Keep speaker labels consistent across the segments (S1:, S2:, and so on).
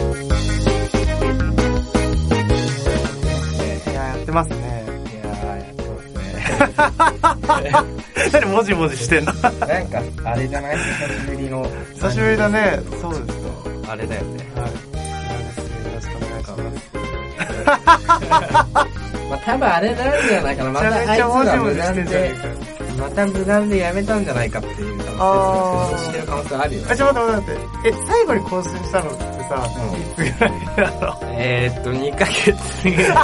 S1: 何もじもじしてんの
S2: なんか、あれじゃない久しぶりの。
S1: 久しぶりだねそうですよ
S2: あれだよね。
S1: はいよろしくお願いします
S2: まあ、多分あれなんじゃないかな。
S1: め
S2: ま
S1: ち
S2: たあ
S1: ゃ
S2: い
S1: め
S2: つ
S1: ちゃもじ
S2: が
S1: も
S2: 無
S1: じし
S2: 断
S1: てんじゃね
S2: で、また無断でやめたんじゃないかっていう可
S1: あー
S2: 能性、してる可能性あるよ
S1: えか。あちょっと待って待ってえ最後に更新したのってさ、
S2: うん
S1: いつぐらいだろう
S2: えーっと、2ヶ月ぐらい。
S1: あ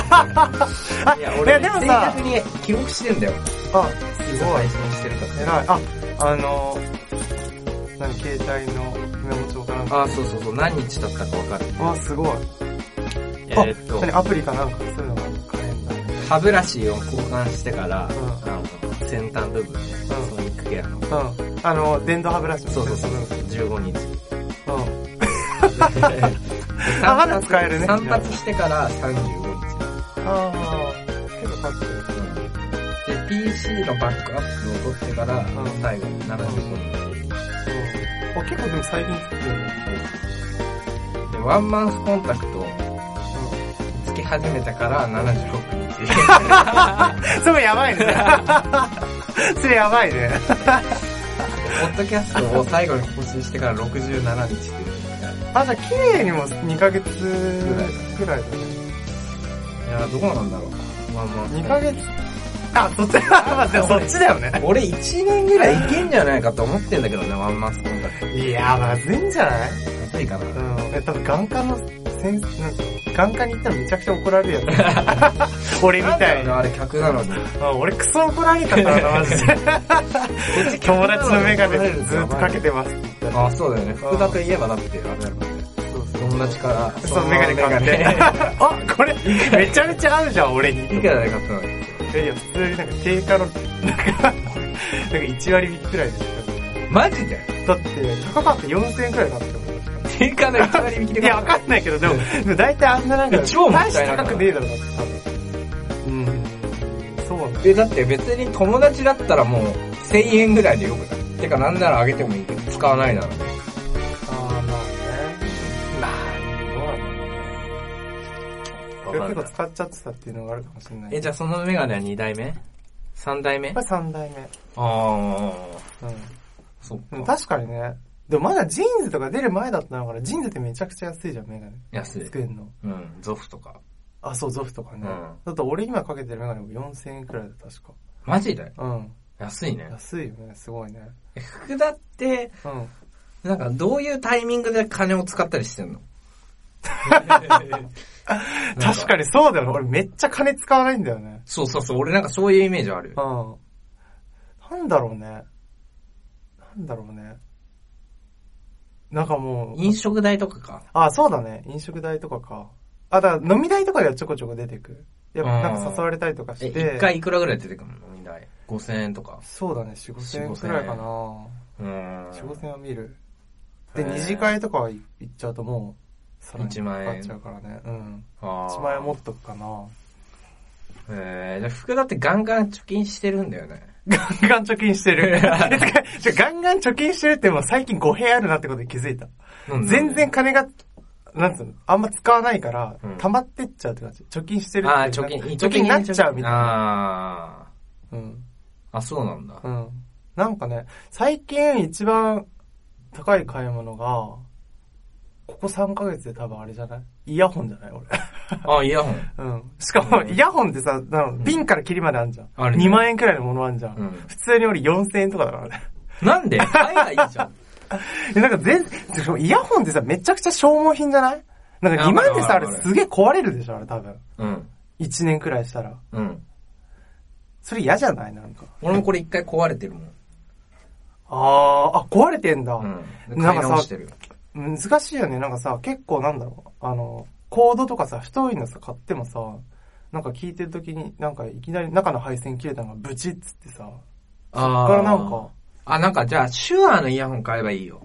S2: いや、俺、
S1: いやでも
S2: 正
S1: さ
S2: 確に記録してんだよ。
S1: あ
S2: す
S1: ごい
S2: 配信してるか。
S1: 偉いああの何携帯のメモ帳かなんから
S2: あ、そうそうそう、何日経ったかわかる。
S1: あすごい
S2: え
S1: あ
S2: ーっと
S1: 何、アプリかなんかそういうのがカレンダーに
S2: 歯ブラシを交換してから、あ
S1: ん
S2: の、先端部分ね、
S1: ん
S2: ソニックケアの。
S1: うんあの電動歯ブラシも
S2: そうそうそう
S1: う、
S2: 15日。
S1: うん
S2: 散
S1: ま
S2: 髪
S1: だ使えるね
S2: 散髪してから35日。
S1: ああ、結構経ってる。
S2: で、PC のバックアップを取ってから、
S1: ん
S2: 最後に75日。
S1: そう。あ、結構でも最近作ってるね。
S2: で、ワンマンスコンタクトをつけ始めたから76日。
S1: それやばい ね。それやばいね。
S2: ポッドキャストを最後に更新してから67日っていうのが
S1: あ、じゃあ綺麗にも2ヶ月くらいだね。
S2: いや、どうなんだろう。まあまあ。
S1: 2ヶ月あ、そっち、 まあでもそっちだよね。
S2: 俺1年ぐらいいけんじゃないかと思ってんだけどね、ワンマンスコンタク
S1: いや、まずいんじゃない
S2: ト。やばいかな。
S1: うん。え、多分眼科の先生、なんか、眼科に行ったらめちゃくちゃ怒られるやつ。 俺み
S2: なん
S1: た
S2: だろ
S1: いうな。
S2: な、あれ客なのに。
S1: あ俺クソ怒られたからな、マジで。 友達のメガネずっとかけてますって言ったら。
S2: あ、そうだよね。福田といえばだって、あれだろ。
S1: そうそう
S2: 友達から。
S1: そう、メガネ買って。 あ、これ、めちゃめちゃ合うじゃん、俺に。
S2: い
S1: い
S2: くらで買ったの
S1: やいや、普通になんか定価の、なんか、 なんか1割引きくらいでし
S2: マジで
S1: た。だって、高かった4000円くらいだったもん。
S2: 定価の1割引きで
S1: いや、わかんないけど、でも、 でも大体あんななんか、
S2: 超もった
S1: 大
S2: い
S1: し
S2: な
S1: て
S2: かった
S1: 高くねえだろうな、多分。うん。そうなんだ。
S2: え、だって別に友達だったらもう1000円ぐらいでよくないてかなんならあげてもいいけど、使わないなら。
S1: あー、まあね。いや結構使っちゃってたっていうのがあるかもしれない。
S2: え、じゃあそのメガネは2代目 ?3 代目
S1: やっぱ3代目。
S2: あ
S1: うん。
S2: そっ
S1: でも確かにね。でもまだジーンズとか出る前だったのから、ジーンズってめちゃくちゃ安いじゃん、メガネ。
S2: 安い
S1: 作。るの。
S2: うん、ゾフとか。
S1: あ、そう、ゾフとかね。
S2: うん
S1: だって俺今かけてるメガネも4000円くらいだ、確か。
S2: マジで
S1: うん。
S2: 安いね。
S1: 安いよね、すごいね。
S2: え福田って、
S1: うん。
S2: なんかどういうタイミングで金を使ったりしてん の
S1: 確か
S2: に。
S1: にそうだよね。俺めっちゃ金使わないんだよね。
S2: そうそうそう、俺なんかそういうイメージある。
S1: うん。なんだろうね。なんだろうね。なんかもう、
S2: 飲食代とかか。
S1: あ、そうだね。飲食代とかか。あ、だから飲み代とかではちょこちょこ出てくる。やっぱなんか誘われたりとか
S2: え、
S1: して。
S2: 一回いくらぐらい出てくるの飲み代。5000円とか。
S1: そうだね、4、5000
S2: 4-5000
S1: 円くらいかな。
S2: うーん。
S1: 4、5000円は見る。で、
S2: へー
S1: 二次会とか行っちゃうともう、さらに
S2: 1
S1: か
S2: 万円
S1: かっちゃうからね。うん。
S2: あー
S1: 1万円持っとくかな。
S2: えー、じゃあ福田ってガンガン貯金してるんだよね。
S1: ガンガン貯金して る。えてかちょガンガン貯金してるってもう最近語弊あるなってことに気づいた。全然金が、なんつうの、あんま使わないから
S2: うん、
S1: 溜まってっちゃうって感じ。貯金してるっていう
S2: あ
S1: か
S2: あ、貯金、
S1: 貯金になっちゃうみたいな。
S2: な。あ
S1: うん。
S2: ーあ、そうなんだ
S1: う。ん。なんかね、最近一番高い買い物が、ここ3ヶ月で多分あれじゃないイヤホンじゃない俺。
S2: あ、イヤホン。
S1: うん。しかも、
S2: うん
S1: イヤホンってさ、なの瓶から切りまであんじゃん。
S2: あるね
S1: 2万円くらいのものあんじゃん。
S2: うん
S1: 普通に俺4000円とかだからね。
S2: なんで買えばいいじゃん。
S1: で、なんか全、でもイヤホンってさ、めちゃくちゃ消耗品じゃないなんか2万ってさ、あ
S2: わか
S1: れ
S2: るわかる
S1: すげえ壊れるでしょ、あれ多分。
S2: うん。
S1: 1年くらいしたら。
S2: うん。
S1: それ嫌じゃないなんか。
S2: 俺もこれ一回壊れてるもん。
S1: あー、あ、壊れてんだ。
S2: うん。で
S1: な
S2: 買
S1: ん
S2: い
S1: かさ
S2: 直してる。
S1: 難しいよね。なんかさ、結構なんだろう。あの、コードとかさ、太いのさ、買ってもさ、なんか聞いてる時に、なんかいきなり中の配線切れたのがブチッつってさ、
S2: あ
S1: だからなんか。、
S2: あ、なんかじゃあ、シュアーのイヤホン買えばいいよ。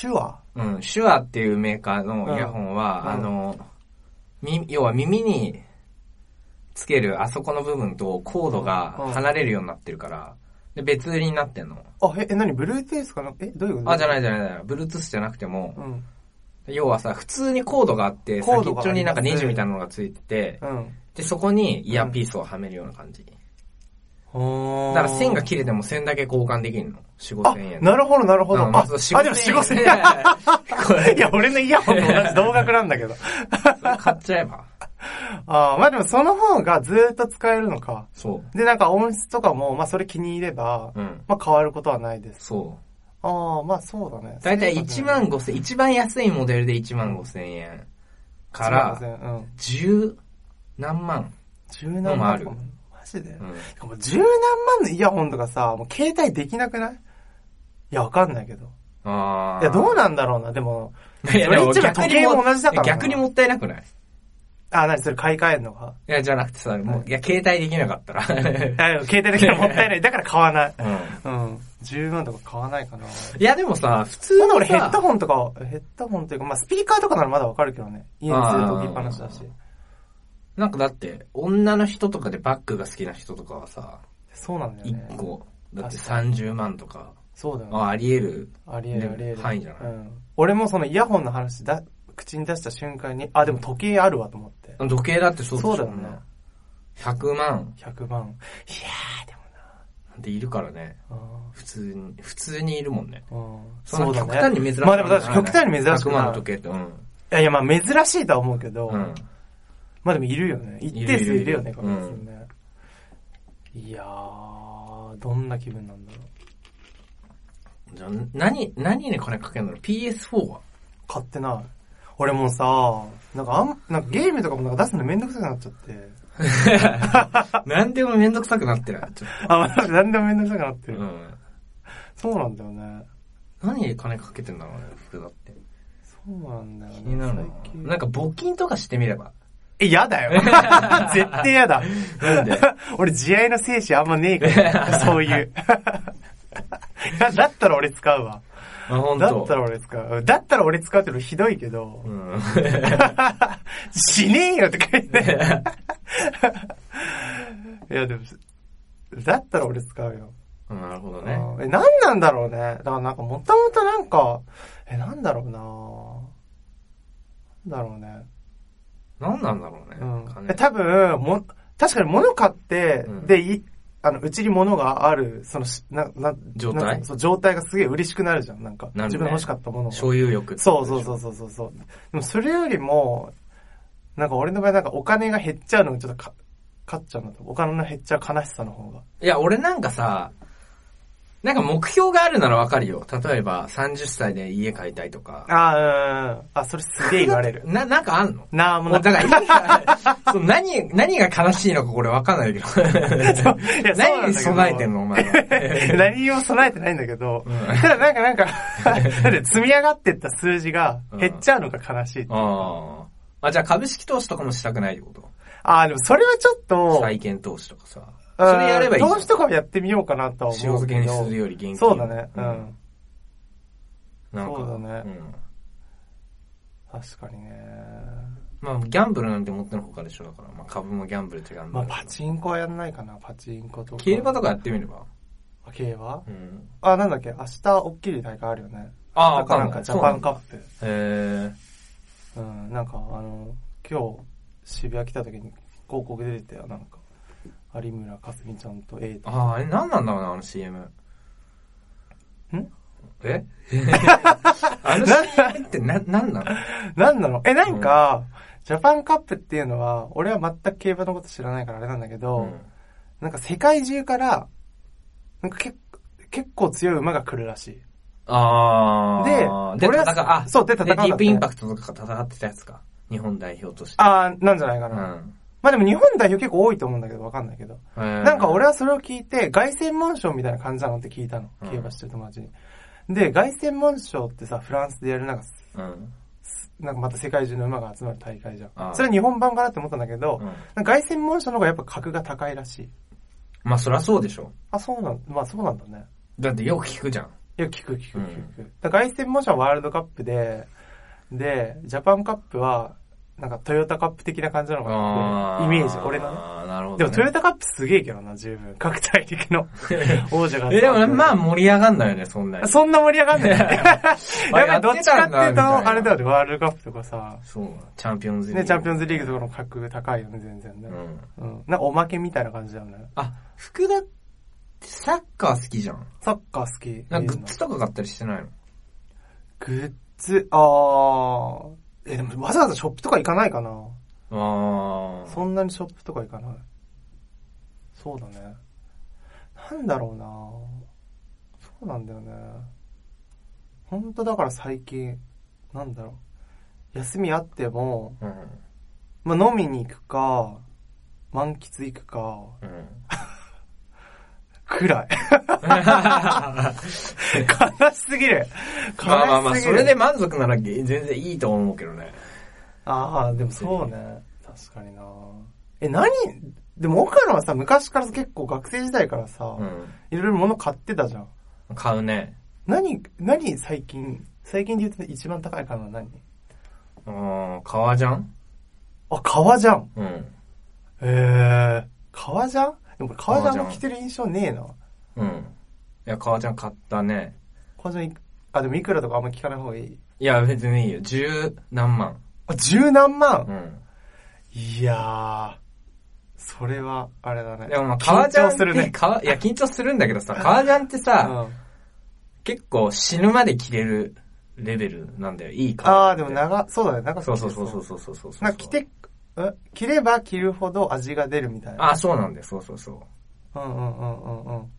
S1: 手話
S2: うん、シュアーっていうメーカーのイヤホンは、
S1: うん
S2: あの、み、要は耳につけるあそこの部分とコードが
S1: うんうん
S2: 離れるようになってるから、で、別売りになってんの。
S1: あ、え、え、何ブルーテイスかなえ、どういうこと。
S2: あ、じゃないいじゃないじゃない。Bluetooth じゃなくても
S1: う、ん。
S2: 要はさ、普通にコードがあって、
S1: コ
S2: 先
S1: ード
S2: っ
S1: が
S2: ちょになんか
S1: あります
S2: ネジみたいなのがついてて、
S1: うん。
S2: で、そこにイヤーピースをはめるような感じ。
S1: あお
S2: だから線が切れても線だけ交換できるの。4、
S1: あ
S2: 5000円、の。
S1: なるほど、なるほど。
S2: うん
S1: あ、あ、でも
S2: そう
S1: 4、5000
S2: 円。こ
S1: 円。い
S2: れ、
S1: や、俺のイヤホンと同じ同額なんだけど。
S2: それ買っちゃえば。
S1: ああ、まあでもその方がずーっと使えるのか。
S2: そ
S1: で、なんか音質とかも、まあそれ気に入れば、
S2: う。うん。
S1: まあ変わることはないです。
S2: そ
S1: ああ、まあそうだね。
S2: う。だいたい1万5千、一番安いモデルで1万5千円か
S1: す
S2: ら
S1: い、ませんうん。
S2: 10何万。
S1: 十何万
S2: のもある
S1: とかもマジで、
S2: うん。
S1: もう十何万のイヤホンとかさ、もう携帯できなくないいや、わかんないけど。
S2: ああ。
S1: いや、どうなんだろうな、でも。
S2: いや、でも
S1: それ一部
S2: 逆に
S1: 時計も同じだからな
S2: 逆にもったいなくない
S1: あ、なにそれ買い替えんのか
S2: いや、じゃなくてさ、もう、いや、携帯できなかった ら。
S1: いや、でも携帯できたらもったいない。だから買わない。
S2: うん。
S1: うん。10万とか買わないかな。
S2: いや、でもさ、普通
S1: まだ
S2: の
S1: 俺ヘッド
S2: さ、
S1: ホンとか、ヘッドホンというか、まあスピーカーとかならまだわかるけどね。家にずっと置きっぱなしだし
S2: あー。なんかだって、女の人とかでバッグが好きな人とかはさ、
S1: そうなんだよね
S2: 1。個、だって
S1: 確
S2: 30万とか、
S1: そうだよね。
S2: あ、あり得る。
S1: ありえ
S2: で
S1: る
S2: も
S1: ありえる。
S2: 範囲じゃない
S1: うん。俺もそのイヤホンの話だ、口に出した瞬間に、あ、でも時計あるわと思って。
S2: 時計だってそう
S1: そう
S2: し
S1: だ
S2: ょ
S1: よね。
S2: 100万
S1: 100万。
S2: なんているからね。
S1: うん
S2: 普通に、普通にいるもんね。
S1: うん
S2: そんな極端に珍しい。
S1: まあでも確かに極端に珍しく
S2: 100
S1: ない
S2: 万の時計って、うん。
S1: いやいや、まあ珍しいとは思うけど、
S2: うん。
S1: まあでもいるよね。一定数いるよね、
S2: いる
S1: こ
S2: いる
S1: れ
S2: いる
S1: ね。いやー、どんな気分なんだろう。
S2: じゃあ、何、何に金かけるの ?PS4 は
S1: 買ってない。俺もうさ、なんかあん、なんかゲームとかもなんか出すのめんどくさくなっちゃって。
S2: 何でもめんどくさくなって る。ちょっ
S1: あ、まあ、なんでもめんどくさくなって
S2: と。
S1: る。
S2: うん。
S1: そうなんだよね。
S2: 何に金かけてんだろうね、服だって。
S1: そうなんだよね。
S2: 気になるな
S1: 最。近
S2: なんか募金とかしてみれば。
S1: え、やだよ。 絶対やだ。
S2: なんで
S1: 俺、慈愛の精神あんまねえ から、そういう。いや だったら俺使うわ。
S2: あ、ほん
S1: だった
S2: と。
S1: ら俺使う。だったら俺使うってのひどいけど、
S2: うん。
S1: しねえよって書いて。いや、でも、だったら俺使うよ。
S2: なるほど
S1: うん
S2: ね。
S1: え、なんなんだろうね。だからなんかもともとなんか、え、なんだろうななんだろうね。
S2: 何なんだろうね。
S1: うん。
S2: 金
S1: え多分、も、確かに物買って、
S2: うん
S1: で、い、あの、うちに物がある、そのし、な、な、
S2: 状態
S1: なんかそう、状態がすげえ嬉しくなるじゃん、なんか。
S2: なるね
S1: 自分の欲しかったものが。
S2: 所有欲。
S1: そうそうそうそうそうそう。でもそれよりも、なんか俺の場合なんかお金が減っちゃうのがちょっとか、勝っちゃうんだと思う。お金の減っちゃう悲しさの方が。
S2: いや、俺なんかさ、なんか目標があるならわかるよ。例えば、30歳で家買いたいとか。
S1: あー、うん。あ、それすげえ言われる。
S2: な、なんかあんの
S1: なあ、もう
S2: も
S1: な
S2: うだから意味が、 その何、何が悲しいのかこれわかんないけど。
S1: いや
S2: 何に備えてん
S1: の
S2: のお前は。
S1: 何を備えてないんだけど、
S2: うん
S1: ただなんかなんか、 だって積み上がってった数字が減っちゃうのが悲しい。
S2: ああ。あ、じゃあ株式投資とかもしたくないってこ
S1: ああ、でもそれはちょっ
S2: と
S1: と、
S2: 債券投資とかさ。
S1: うん
S2: それやればいいじゃん。
S1: 投資とかもやってみようかなとは
S2: 塩
S1: 思う
S2: 漬
S1: け
S2: け
S1: ど。
S2: にするより現金。
S1: そうだね。うん。。
S2: なんか。
S1: そうだね
S2: ん
S1: 確かにね。
S2: まあ、ギャンブルなんて持ってのほかでしょ、だから。まあ、株もギャンブルってギャンブ
S1: まあ
S2: ル。
S1: パチンコはやんないかな、パチンコとか。
S2: 競馬とかやってみれば。
S1: あ競馬
S2: うん。
S1: あ、なんだっけ明日、大きい大会あるよね。
S2: あ
S1: なん
S2: あ、
S1: か
S2: わ
S1: なん
S2: か
S1: か、
S2: ん
S1: ジャパンカ
S2: か。
S1: ップ。
S2: へ
S1: うん、なんか、あの、今日、渋谷来た時に広告出てたよ、なんか。有村架純ちゃんと A
S2: ー
S1: と。
S2: ああ、え、なんなんだろうな、あの CM。んえ あの CM ってな、なんなの
S1: なんなの え、なんか、ジャパンカップっていうのは、俺は全く競馬のこと知らないからあれなんだけど、なんか世界中から、なんか結構、結構強い馬が来るらしい。
S2: ああ。
S1: で
S2: で、
S1: 俺は
S2: 戦う、あ、
S1: そうで戦うんだって
S2: ディープインパクトとか戦ってたやつか。日本代表として。
S1: あー、なんじゃないか
S2: う
S1: な。
S2: ん。
S1: まあでも日本代表結構多いと思うんだけど、わかんないけど。な
S2: なん
S1: か俺はそれを聞いて、凱旋門賞みたいな感じなのって聞いたの。
S2: うん
S1: 競馬してる友達に。で、凱旋門賞ってさ、フランスでやるなんか、
S2: うん。
S1: なんかまた世界中の馬が集まる大会じゃ
S2: あ
S1: ん。
S2: あ
S1: それは日本版かなって思ったんだけど
S2: う、ん
S1: なんか凱旋門賞の方がやっぱ格が高いらしい。
S2: まあそりゃそうでしょ。
S1: あ、そうなん、まあそうなんだね。
S2: だってよく聞くじゃん。
S1: いや、聞く聞く聞く。だから凱旋門賞はワールドカップで、で、ジャパンカップは、なんかトヨタカップ的な感じなのかなって、イメージ、俺のね。
S2: ああ、なるほ
S1: で
S2: ど
S1: も
S2: ね。
S1: トヨタカップすげえけどな、十分。各大陸 の王者がさ。
S2: え、でもねまあ盛り上がんないよね、そんなに。
S1: そんな盛り上がんない。 やっぱりどっ
S2: あや
S1: ちかってい
S2: ってただ
S1: うん
S2: みたいな
S1: と、あれだよね、ワールドカップとかさ、
S2: そう。チャンピオンズリー
S1: ね、
S2: グ。
S1: チャンピオンズリーグとかの格が高いよね、全然
S2: う
S1: ね。
S2: ん。
S1: うん。なんかおまけみたいな感じだよね。
S2: あ、福田サッカー好きじゃん。
S1: サッカー好き。
S2: なんか
S1: 見
S2: グ
S1: る
S2: ッ
S1: の
S2: ズとか買ったりしてないの
S1: グッズ、あー。え、でもわざわざショップとか行かないかな。
S2: あ
S1: そんなにショップとか行かない。そうだね。なんだろうなそうなんだよね。ほんとだから最近、なんだろう。休みあっても、
S2: うん。
S1: まあ、飲みに行くか、満喫行くか、
S2: うん。
S1: くらい。
S2: ま
S1: 悲しすぎる。悲しすぎる。
S2: あまあまあ、それで満足なら全然いいと思うけどね。
S1: ああ、でもそうね。確かになえ、何でも岡野はさ、昔から結構学生時代からさ、
S2: う
S1: いろいろ物買ってたじゃん。
S2: ん。買うね。
S1: 何、何最近、最近で言うと一番高い買うのは何
S2: うん、革じゃん
S1: あ、革じゃん。
S2: うん。
S1: へえ。革じゃんでも俺革じゃ
S2: 革
S1: ん
S2: ジャ
S1: も
S2: ン
S1: 着てる印象ねえな。
S2: うん。いや、革ちゃん買ったね。
S1: 革ジャンいく、あ、でもいくらとかあんま聞かない方がいい。
S2: いや、別にいいよ。十何万。
S1: あ、十何万、
S2: うん。
S1: いやー。それは、あれだね。
S2: でもまあ、革ジャンって、
S1: 緊張するね。
S2: 革いや、緊張するんだけどさ、革ジャンってさ、
S1: うん
S2: 結構死ぬまで着れるレベルなんだよ。いい革。
S1: ああ、でも長、そうだね、長
S2: そう
S1: く
S2: そ
S1: て
S2: うそうそうそうそうそうそう。
S1: なんか着て、え着れば着るほど味が出るみたいな。
S2: あ、そうなんだよ。そうそうそう。
S1: うんうんうんうんうん。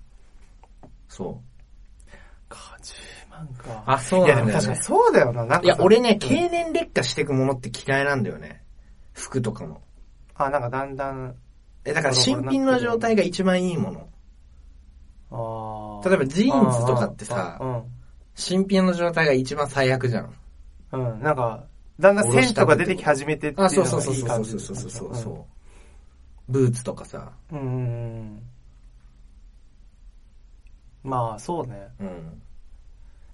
S2: そう。
S1: か、10万か。
S2: あそうなんだよね
S1: いやでも確かにそうだよな。なんかさ
S2: いや、俺ね、
S1: うん
S2: 経年劣化していくものって嫌いなんだよね。服とかも。
S1: あ、なんかだんだん、
S2: え、だから新品の状態が一番いいもの。
S1: あ
S2: 例えばジーンズとかってさ
S1: うん
S2: 新品の状態が一番最悪じゃん。
S1: うん。うん、なんか、だんだん線とか出てき始めてっていう
S2: あ、
S1: の
S2: そうそうそ
S1: が
S2: う
S1: いい
S2: そ
S1: 感
S2: う
S1: じ
S2: そうそうそうそうそう。ブーツとかさ。
S1: うん。うんうんうん。まあ、そうね。
S2: うん。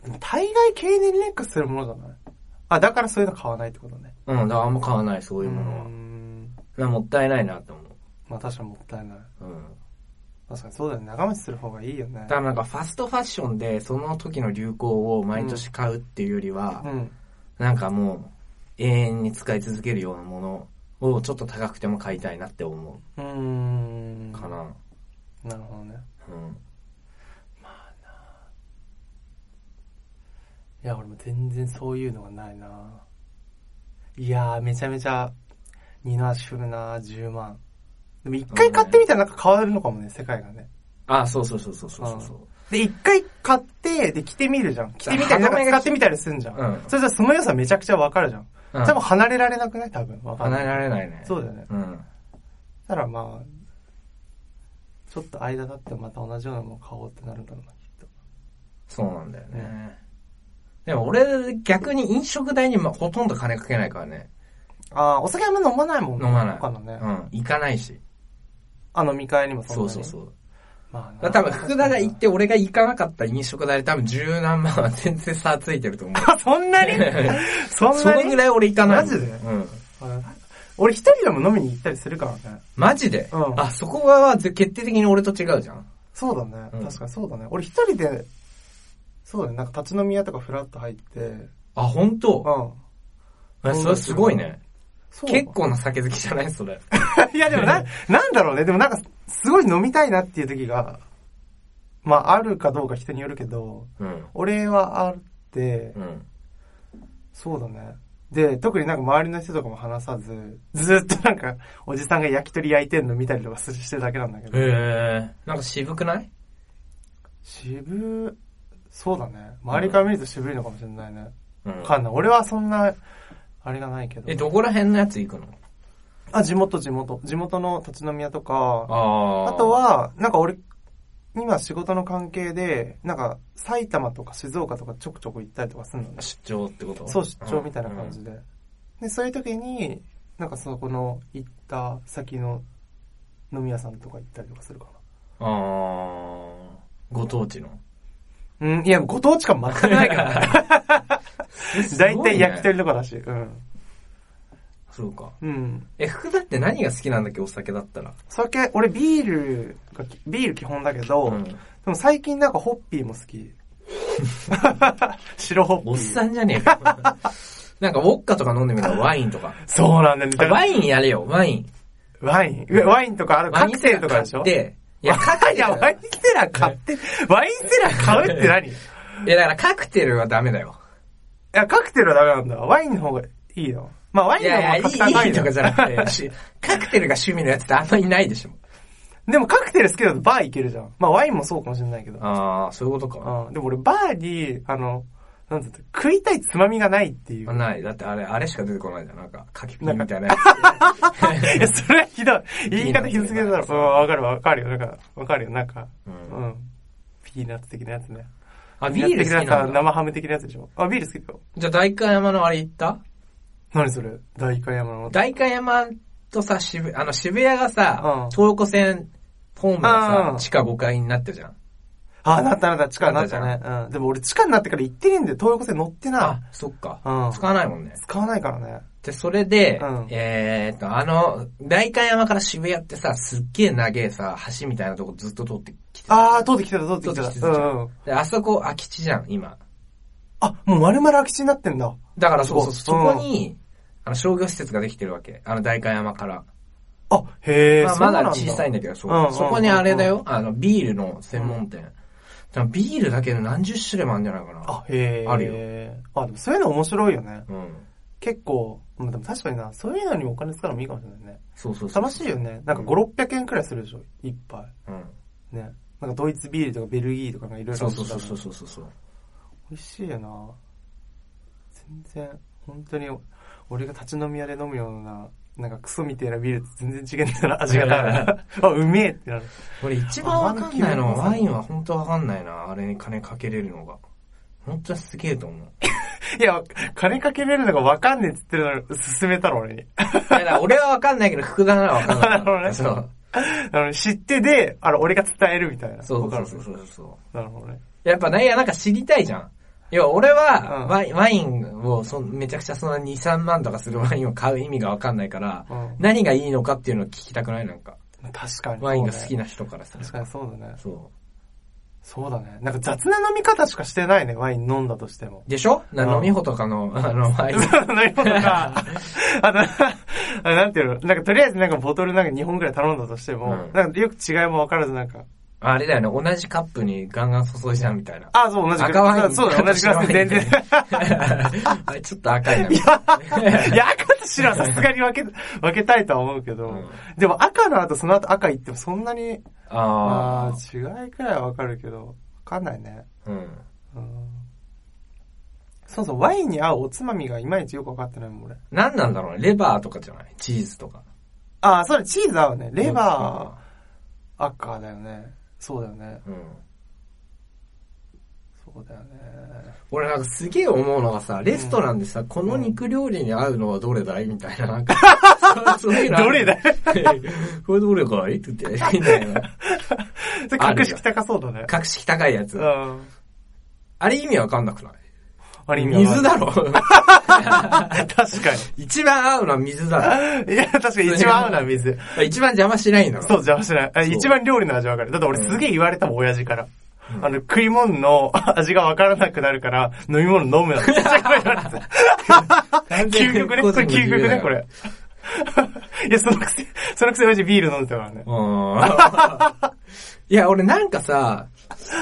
S1: でも大概経年劣化するものじゃないあ、だからそういうの買わないってことね。
S2: うん、だからあんま買わない、そういうものは。
S1: う
S2: だか
S1: ん
S2: らもったいないなと思
S1: まあ確かにもったいない。
S2: う。うん。
S1: 確かにそうだよね。長持ちする方がいいよね
S2: だか。らなんかファストファッションでその時の流行を毎年買うっていうよりは
S1: う、ん。
S2: なんかもう永遠に使い続けるようなものをちょっと高くても買いたいなって思
S1: うーん。
S2: うかな。
S1: なるほどね。
S2: うん。
S1: いや、俺も全然そういうのがないな。いやー、めちゃめちゃ、二の足踏むな、10万。でも一回買ってみたらなんか変わるのかもね、世界がね。
S2: あ、そうそうそうそうそうそうそう。
S1: で、一回買って、で、着てみるじゃん。着てみたり、なんか使ってみたりすんじゃん。
S2: うん
S1: それじゃその良さめちゃくちゃわかるじゃん。
S2: うん
S1: 多分離れられなくない多分。わかん
S2: 離
S1: な
S2: れられ
S1: い。
S2: ないね。
S1: そうだよね。
S2: うん。
S1: たらまあ、ちょっと間だってまた同じようなもの買おうってなるんだろうな、きっと。
S2: そうなんだよね
S1: ね。
S2: でも俺、逆に飲食代にまほとんど金かけないからね。
S1: ああ、お酒あんま飲まないもん
S2: 飲まない。
S1: 他のね。
S2: うん。行かないし。
S1: あの、見返りもそんな
S2: そう
S1: に。
S2: そうそう。
S1: まあ
S2: だ
S1: な、
S2: から多分、福田が行って俺が行かなかった飲食代多分十何万は全然差ついてると思う。
S1: あ そ んなにそん
S2: そ
S1: な
S2: のぐ
S1: に
S2: らい俺行かない。
S1: マジで
S2: うん。
S1: うん 俺一人でも飲みに行ったりするからね。
S2: マジで
S1: うん
S2: あ、そこはぜ決定的に俺と違うじゃん。
S1: そうだね。
S2: うん
S1: 確かにそうだね。俺一人で、そうだね。なんか立ち飲み屋とかフラッと入って、うん。
S2: あ、本当え、それすごいね。
S1: そう
S2: 結。構な酒好きじゃないそれ。
S1: いやでもな、なんだろうね。でもなんか、すごい飲みたいなっていう時が、まああるかどうか人によるけど、
S2: うん。
S1: 俺はあって
S2: う、ん。
S1: そうだね。で、特になんか周りの人とかも話さず、ずっとなんか、おじさんが焼き鳥焼いてんの見たりとかするしてるだけなんだけど。
S2: へえ。なんか渋くない
S1: 渋、そうだね。周りから見ると渋いのかもしれないね。
S2: うん
S1: わかんない。俺はそんな、あれがないけど。
S2: え、どこら辺のやつ行くの
S1: あ、地元、地元。地元の立ち飲み屋とか、
S2: あ
S1: あと、は、なんか俺、今仕事の関係で、なんか埼玉とか静岡とかちょくちょく行ったりとかするのね。
S2: 出張ってこと
S1: そう、出張みたいな感じ。で。で、そういう時に、なんかそこの行った先の飲み屋さんとか行ったりとかするか
S2: うんああご当地の。
S1: な。うん、いや、ご当地感全くないから。 大体焼き
S2: すごいね。
S1: 鳥とかだし。うん。
S2: そうか。
S1: うん。
S2: え、福田って何が好きなんだっけお酒だったら。
S1: 酒、俺ビールが、ビール基本だけど、
S2: うん
S1: でも最近なんかホッピーも好 き。白ホッピー。
S2: おっさんじゃねえ か。なんか、ウォッカとか飲んでみたらワインとか。
S1: そうなんだよ。だから
S2: ワインやれよ、ワイン。
S1: ワイン。うわワインとか、あの、カクテルとかでしょ
S2: で、
S1: いや、いや、ワインセラー買って、ワインセラー買うって何い
S2: いや、だからカクテルはダメだよ。
S1: や、カクテルはダメなんだ。ワインの方がいいよ。まあ、ワイ
S2: い
S1: ンの
S2: や
S1: 方
S2: いや、
S1: が
S2: い
S1: 格段高
S2: いい
S1: い
S2: いとかじゃ なくて、
S1: て。
S2: しカクテルが趣味のやつってあんまりいないでしょ。
S1: でも、カクテル好きだとバー行けるじゃん。まあ、ワインもそうかもしれないけど。
S2: ああ、そういうことか。
S1: うん。でも俺、バーに、あの、なんだって、食いたいつまみがないっていう。
S2: ない。だってあれ、あれしか出てこないじゃん。なんか、カキピンみたいなや
S1: いや、 それはひどい。言い方ひどすぎるだろ。
S2: ピーナッツ
S1: うん、わかるわかるよ。なんか、わかるよ。なんか、
S2: つ。う
S1: うんん。ピーナッツ的なやつね。
S2: あ、ビール好き
S1: やつ
S2: な
S1: は
S2: んだ。
S1: 生ハム的なやつでしょ。あ、ビール好きだよ。
S2: じゃあ、代官山のあれ行った
S1: 何それ大官山の。
S2: 代官山とさ、渋、あの、渋谷が
S1: う
S2: さ
S1: ん、
S2: 東横線、ホーム
S1: う
S2: が
S1: ん
S2: さ、地下5階になったじゃん。
S1: あ、なったなった。地下にな
S2: な
S1: っ
S2: ったた
S1: ね。うん。でも俺、地下になってから行ってねえんで、東横線乗って
S2: あ
S1: な。、
S2: そっか
S1: うん。
S2: 使わないもんね。
S1: 使わないからね。
S2: で、それで、
S1: うん
S2: えーっと、あの、代官山から渋谷ってさ、すっげえ長えさ、橋みたいなとこずっと通ってきてた
S1: あー、通ってきてた、通って
S2: 通ってき
S1: き
S2: て
S1: て
S2: た
S1: た。
S2: じ
S1: う
S2: ゃ
S1: ん
S2: ん
S1: うん。
S2: であそこ空き地じゃん、今。
S1: あ、もう丸々空き地になってんだ。
S2: だからそうそう、
S1: そ
S2: そうこに、あの、商業施設ができてるわけ。あの、代官山から。
S1: あ、へえ、
S2: まあ、
S1: そうな
S2: ま
S1: んだ。
S2: だ小さいんだけど、そう
S1: うんうん
S2: そこにあれだよ、あの、ビールの専門店。多分ビールだけで何十種類もあるんじゃないかな。
S1: あ、へえ。
S2: あ
S1: るよ。あ、でもそういうの面白いよね。
S2: うん。
S1: 結構、うんでも確かにな、そういうのにもお金使うのもいいかもしれないね。
S2: そうそうそう。
S1: 楽しいよね。なんか5、600円くらいするでしょ一杯。
S2: うん。
S1: ね。なんかドイツビールとかベルギーとかがいろいろ
S2: そ
S1: あ
S2: う
S1: るか
S2: そう
S1: ら
S2: そうそうそうそうそう。
S1: 美味しいよな全然、本当に、俺が立ち飲み屋で飲むような、なんかクソみたいなビールと全然違うんだな、味 がな。あ、うめえってなる。
S2: 俺一番わかんないのは、ワインは本当わかんないな。あれに金かけれるのが。本当にすげえと思う。
S1: いや、金かけれるのがわかんねえって言ってるのに、勧めたろ、俺に。
S2: いやだから俺はわかんないけど、福田ならわかんない。
S1: なるほどね
S2: そう。
S1: あの、知ってで、あの、俺が伝えるみたいな。
S2: そう
S1: わか
S2: そ
S1: る
S2: うそうそうそう。
S1: なるほどね。
S2: やっぱね、いや、なんか知りたいじゃん。要は俺
S1: うん
S2: は、ワインワインをそん、めちゃくちゃその2、3万とかするワインを買う意味がわかんないから、
S1: うん
S2: 何がいいのかっていうのを聞きたくないなんか。
S1: 確かに。
S2: ワインが好きな人からさ。
S1: 確かにそうだね。
S2: そ
S1: そうだね。なんか雑な飲み方しかしてないね、ワイン飲んだとしても。
S2: う。でしょな
S1: うん
S2: 飲み穂とかの、あの、ワイン。
S1: なるほどな。あの、あなんていうのなんかとりあえずなんかボトルなんか2本くらい頼んだとしても、
S2: うん
S1: なんかよく違いも分からずなんか、
S2: あれだよね、同じカップにガンガン注いじゃんみたいな。
S1: あ、そう、同じ
S2: 赤ワイン
S1: そうだ、同じクラスで全然。。
S2: あちょっと赤いな。
S1: いや、赤と白はさすがに分け、分けたいとは思うけど、
S2: うん
S1: でも赤の後その後赤いってもそんなに、あ
S2: あ
S1: あ、違いくらいは分かるけど、分かんないね。
S2: あ。うん。
S1: うんそうそう、ワインに合うおつまみがいまいちよく分かってないもん、俺。
S2: 何なんだろうね。レバーとかじゃないチーズとか。
S1: ああ、それチーズ合うね。レバー、赤だよね。そうだよね。
S2: ー。うん。
S1: そうだよ ね。
S2: 俺なんかすげえ思うのがさ、レストランでさ、この肉料理に合うのはどれだいみたいな、なん か。そうそういうのある
S1: ど
S2: これどれかいって言って、みたいな。
S1: それ格式高そうだね。
S2: 格式高いやつ
S1: う。ん。
S2: あれ意味わかんなくない
S1: あれ意味わか
S2: 水
S1: んない
S2: だろ
S1: 確か
S2: 一番合うのは水だ
S1: に。いや、確かに一番合うのは水。
S2: ろ。一番邪魔しないんだろ。
S1: そう、邪魔しないあ。
S2: そう
S1: 一番料理の味わかる。だって俺
S2: うん
S1: すげえ言われたもん、親父から。あの、食い物の 味がわからなくなるから、飲み物飲 むなって。めっちゃ言われた
S2: 完全
S1: 究
S2: に
S1: 極ね、これ究極ね、こ。れ。いや、そのくせ、そのくせ親父ビール飲んでたからね。
S2: うんいや、俺なんかさ、